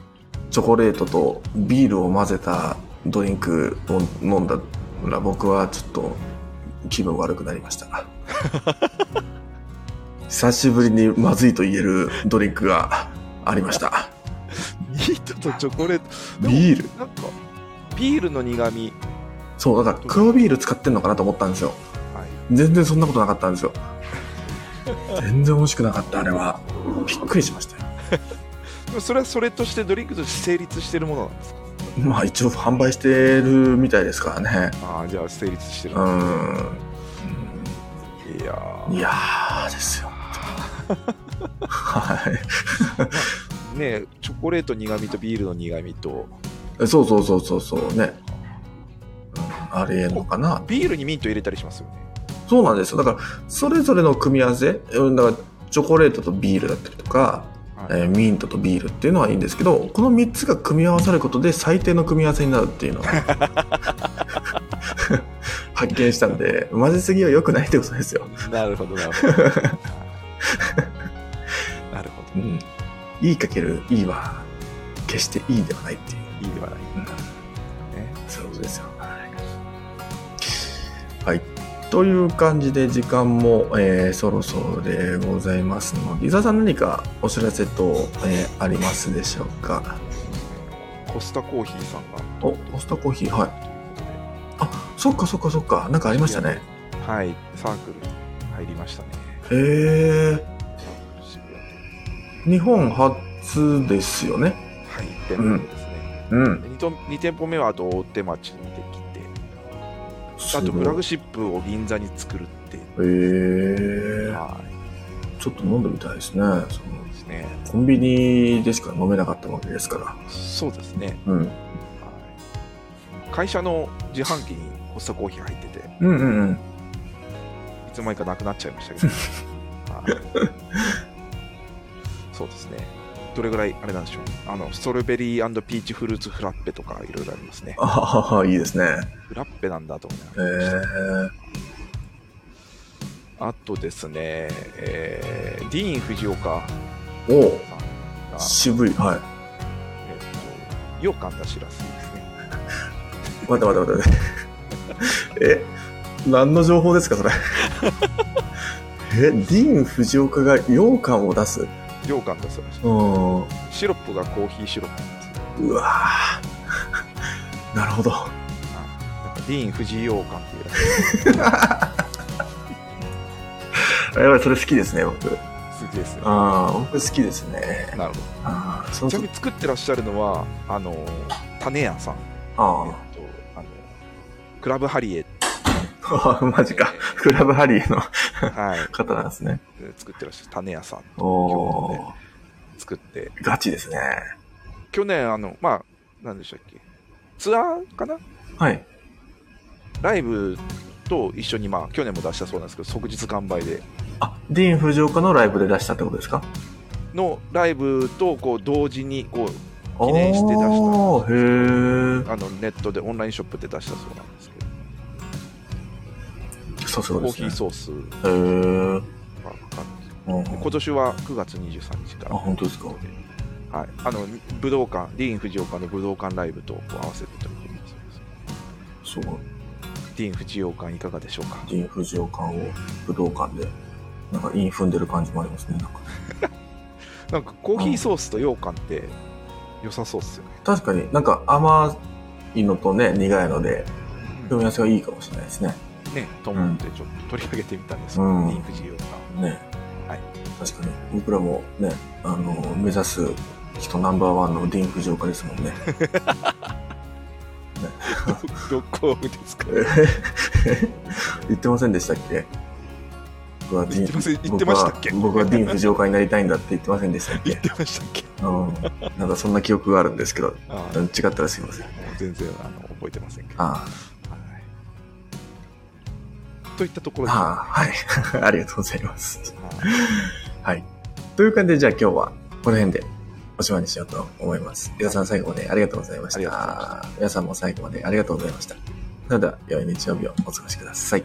Speaker 2: チョコレートとビールを混ぜたドリンクを飲んだら、僕はちょっと気分悪くなりました。久しぶりにまずいと言えるドリンクがありました。
Speaker 1: ミートとチョコレート。
Speaker 2: ビール
Speaker 1: ルなんか、ビールの苦味。
Speaker 2: そう、だから黒ビール使ってんのかなと思ったんですよ。
Speaker 1: はい。
Speaker 2: 全然そんなことなかったんですよ。全然美味しくなかった、あれは。びっくりしましたよ。
Speaker 1: でもそれはそれとしてドリンクとして成立してるものなんですか
Speaker 2: まあ一応販売してるみたいですからね。
Speaker 1: ああ、じゃあ成立してる。
Speaker 2: う
Speaker 1: へ
Speaker 2: ん。
Speaker 1: いやー
Speaker 2: いやーですよ。はい。
Speaker 1: ねチョコレート苦味とビールの苦味と
Speaker 2: そうそうそうそうそうね。うんありえんのかな。
Speaker 1: ビールにミント入れたりしますよね
Speaker 2: そうなんですよ。だから、それぞれの組み合わせ、うんだから、チョコレートとビールだったりとか、
Speaker 1: はい
Speaker 2: えーミントとビールっていうのはいいんですけど、この3つが組み合わさることで最低の組み合わせになるっていうのを 発見したんで、混ぜすぎは良くないってことですよ。
Speaker 1: なるほどなるほ どなるほ
Speaker 2: う
Speaker 1: ど
Speaker 2: ん。いいかけるいいは、決していいではないっていう。
Speaker 1: いいではない
Speaker 2: うん
Speaker 1: ね
Speaker 2: そういうことですよ。はい。はい。という感じで時間も、えーそろそろでございますので、伊沢さん何かお知らせと、えーありますでしょうか
Speaker 1: コスタコーヒーさんが
Speaker 2: お、コスタコーヒー、はい。あ、そっかそっかそっか。なんかありましたね。
Speaker 1: はいサークルに入りましたね
Speaker 2: へえ
Speaker 1: 渋谷
Speaker 2: ー、日本初ですよね。
Speaker 1: はい1店目ですね、
Speaker 2: うん。
Speaker 1: 2, と二店舗目はあと大手町にできて
Speaker 2: す
Speaker 1: あ
Speaker 2: ごい
Speaker 1: とフラグシップを銀座に作るって
Speaker 2: へえー、
Speaker 1: はい
Speaker 2: ちょっと飲んでみたいですね。その
Speaker 1: ですね
Speaker 2: コンビニでしか飲めなかったわけですか
Speaker 1: そうですね、
Speaker 2: ら。うん。
Speaker 1: はい、会社の自販機にコスタコーヒー入っててい
Speaker 2: うんうんうん。
Speaker 1: つの間にかなくなっちゃいました けど、はい、そうですねどれぐらいあれなんでしょうあのストロベリーピーチフルーツフラッペとかいろいろありますね
Speaker 2: ああ、いいですね。
Speaker 1: フラッペなんだと思いながら
Speaker 2: えー、
Speaker 1: あとですね、えーディーン・藤岡
Speaker 2: お
Speaker 1: さんが、
Speaker 2: 渋い。はい。
Speaker 1: えっと、ようかんだしらすいですね。
Speaker 2: 待って待って待って。 え何の情報ですか、それ。 え、ディーン・藤岡が羊羹を出す。
Speaker 1: ようかんだそうです
Speaker 2: う。ん。う
Speaker 1: シロップがコーヒーシロップなんですね。
Speaker 2: わー なるほど。
Speaker 1: はいなんかディーン・藤井ようかんっていうらし
Speaker 2: やばい、それ好きですね、僕。
Speaker 1: い好きですね。な
Speaker 2: ああ、僕好きですね。
Speaker 1: るほど。
Speaker 2: ああ、その
Speaker 1: ちなみに作ってらっしゃるのは、あの、種屋さん。えっ
Speaker 2: あ
Speaker 1: と、あの、クラブハリエ。
Speaker 2: あ、 マジか。クラブハリーの
Speaker 1: はい。
Speaker 2: 方なんですね。
Speaker 1: 作ってらっしゃる種屋さん
Speaker 2: おー、
Speaker 1: 作って、
Speaker 2: ガチですね。
Speaker 1: 去年、あの、まあ、何でしたっけ、ツアーかな
Speaker 2: はい。
Speaker 1: ライブと一緒に、まあ、去年も出したそうなんですけど、即日完売で、
Speaker 2: あ、ディーン・藤岡のライブで出したってことですか
Speaker 1: のライブとこう同時にこう記念して出した
Speaker 2: おーへ
Speaker 1: あのネットでオンラインショップで出したそうなんですけど、
Speaker 2: え。そうそう
Speaker 1: コ
Speaker 2: で
Speaker 1: ー
Speaker 2: す
Speaker 1: ヒ
Speaker 2: ね
Speaker 1: ー。ソース
Speaker 2: へー
Speaker 1: がかかって、
Speaker 2: うん
Speaker 1: 今年は9月23日から
Speaker 2: あ、本当ですか。
Speaker 1: はい、あの武道館、ディーン・藤岡の武道館ライブとこう合わせてということです。
Speaker 2: そう。
Speaker 1: ディーン・藤岡いかがでしょうか
Speaker 2: ディーン・フジオ感を武道館で、なんか韻踏んでる感じもありますね。なんか
Speaker 1: なんかコーヒーソースと羊羹って良さそうっすよね。
Speaker 2: 確かになんか甘いのとね、苦いので、
Speaker 1: う
Speaker 2: 組
Speaker 1: ん
Speaker 2: み合わせがいいかもしれないですね。
Speaker 1: ね、と思ってちょっと取り上げてみたんですけど、
Speaker 2: うん
Speaker 1: ディーン・藤岡。
Speaker 2: ね。
Speaker 1: はい。
Speaker 2: 確かに。僕らもね、あの、目指す人ナンバーワンのディーン・フジオカですもんね。
Speaker 1: どこですか
Speaker 2: 言ってませんでしたっけ僕はディ
Speaker 1: 言ってません
Speaker 2: ーン
Speaker 1: 言ってましたっけ
Speaker 2: 僕は僕はディーン・フジオカになりたいんだって言ってませんでしたっ
Speaker 1: 言っ
Speaker 2: け
Speaker 1: てましたっけ
Speaker 2: うん。なんかそんな記憶があるんですけど、
Speaker 1: あ
Speaker 2: う
Speaker 1: あ
Speaker 2: ん違ったらすいません。
Speaker 1: もう全然あの覚えてませんけど。
Speaker 2: あ
Speaker 1: はいといったところ
Speaker 2: あ、
Speaker 1: です
Speaker 2: ああはい。あ りがとうございます。
Speaker 1: はい
Speaker 2: はい。という感じで、じゃあ今日はこの辺でおしまいにしようと思います。皆さん最後までありがとうございまし
Speaker 1: ありがとうございま
Speaker 2: た。皆さんも最後までありがとうございました。それでは、良い日曜日をお過ごしください。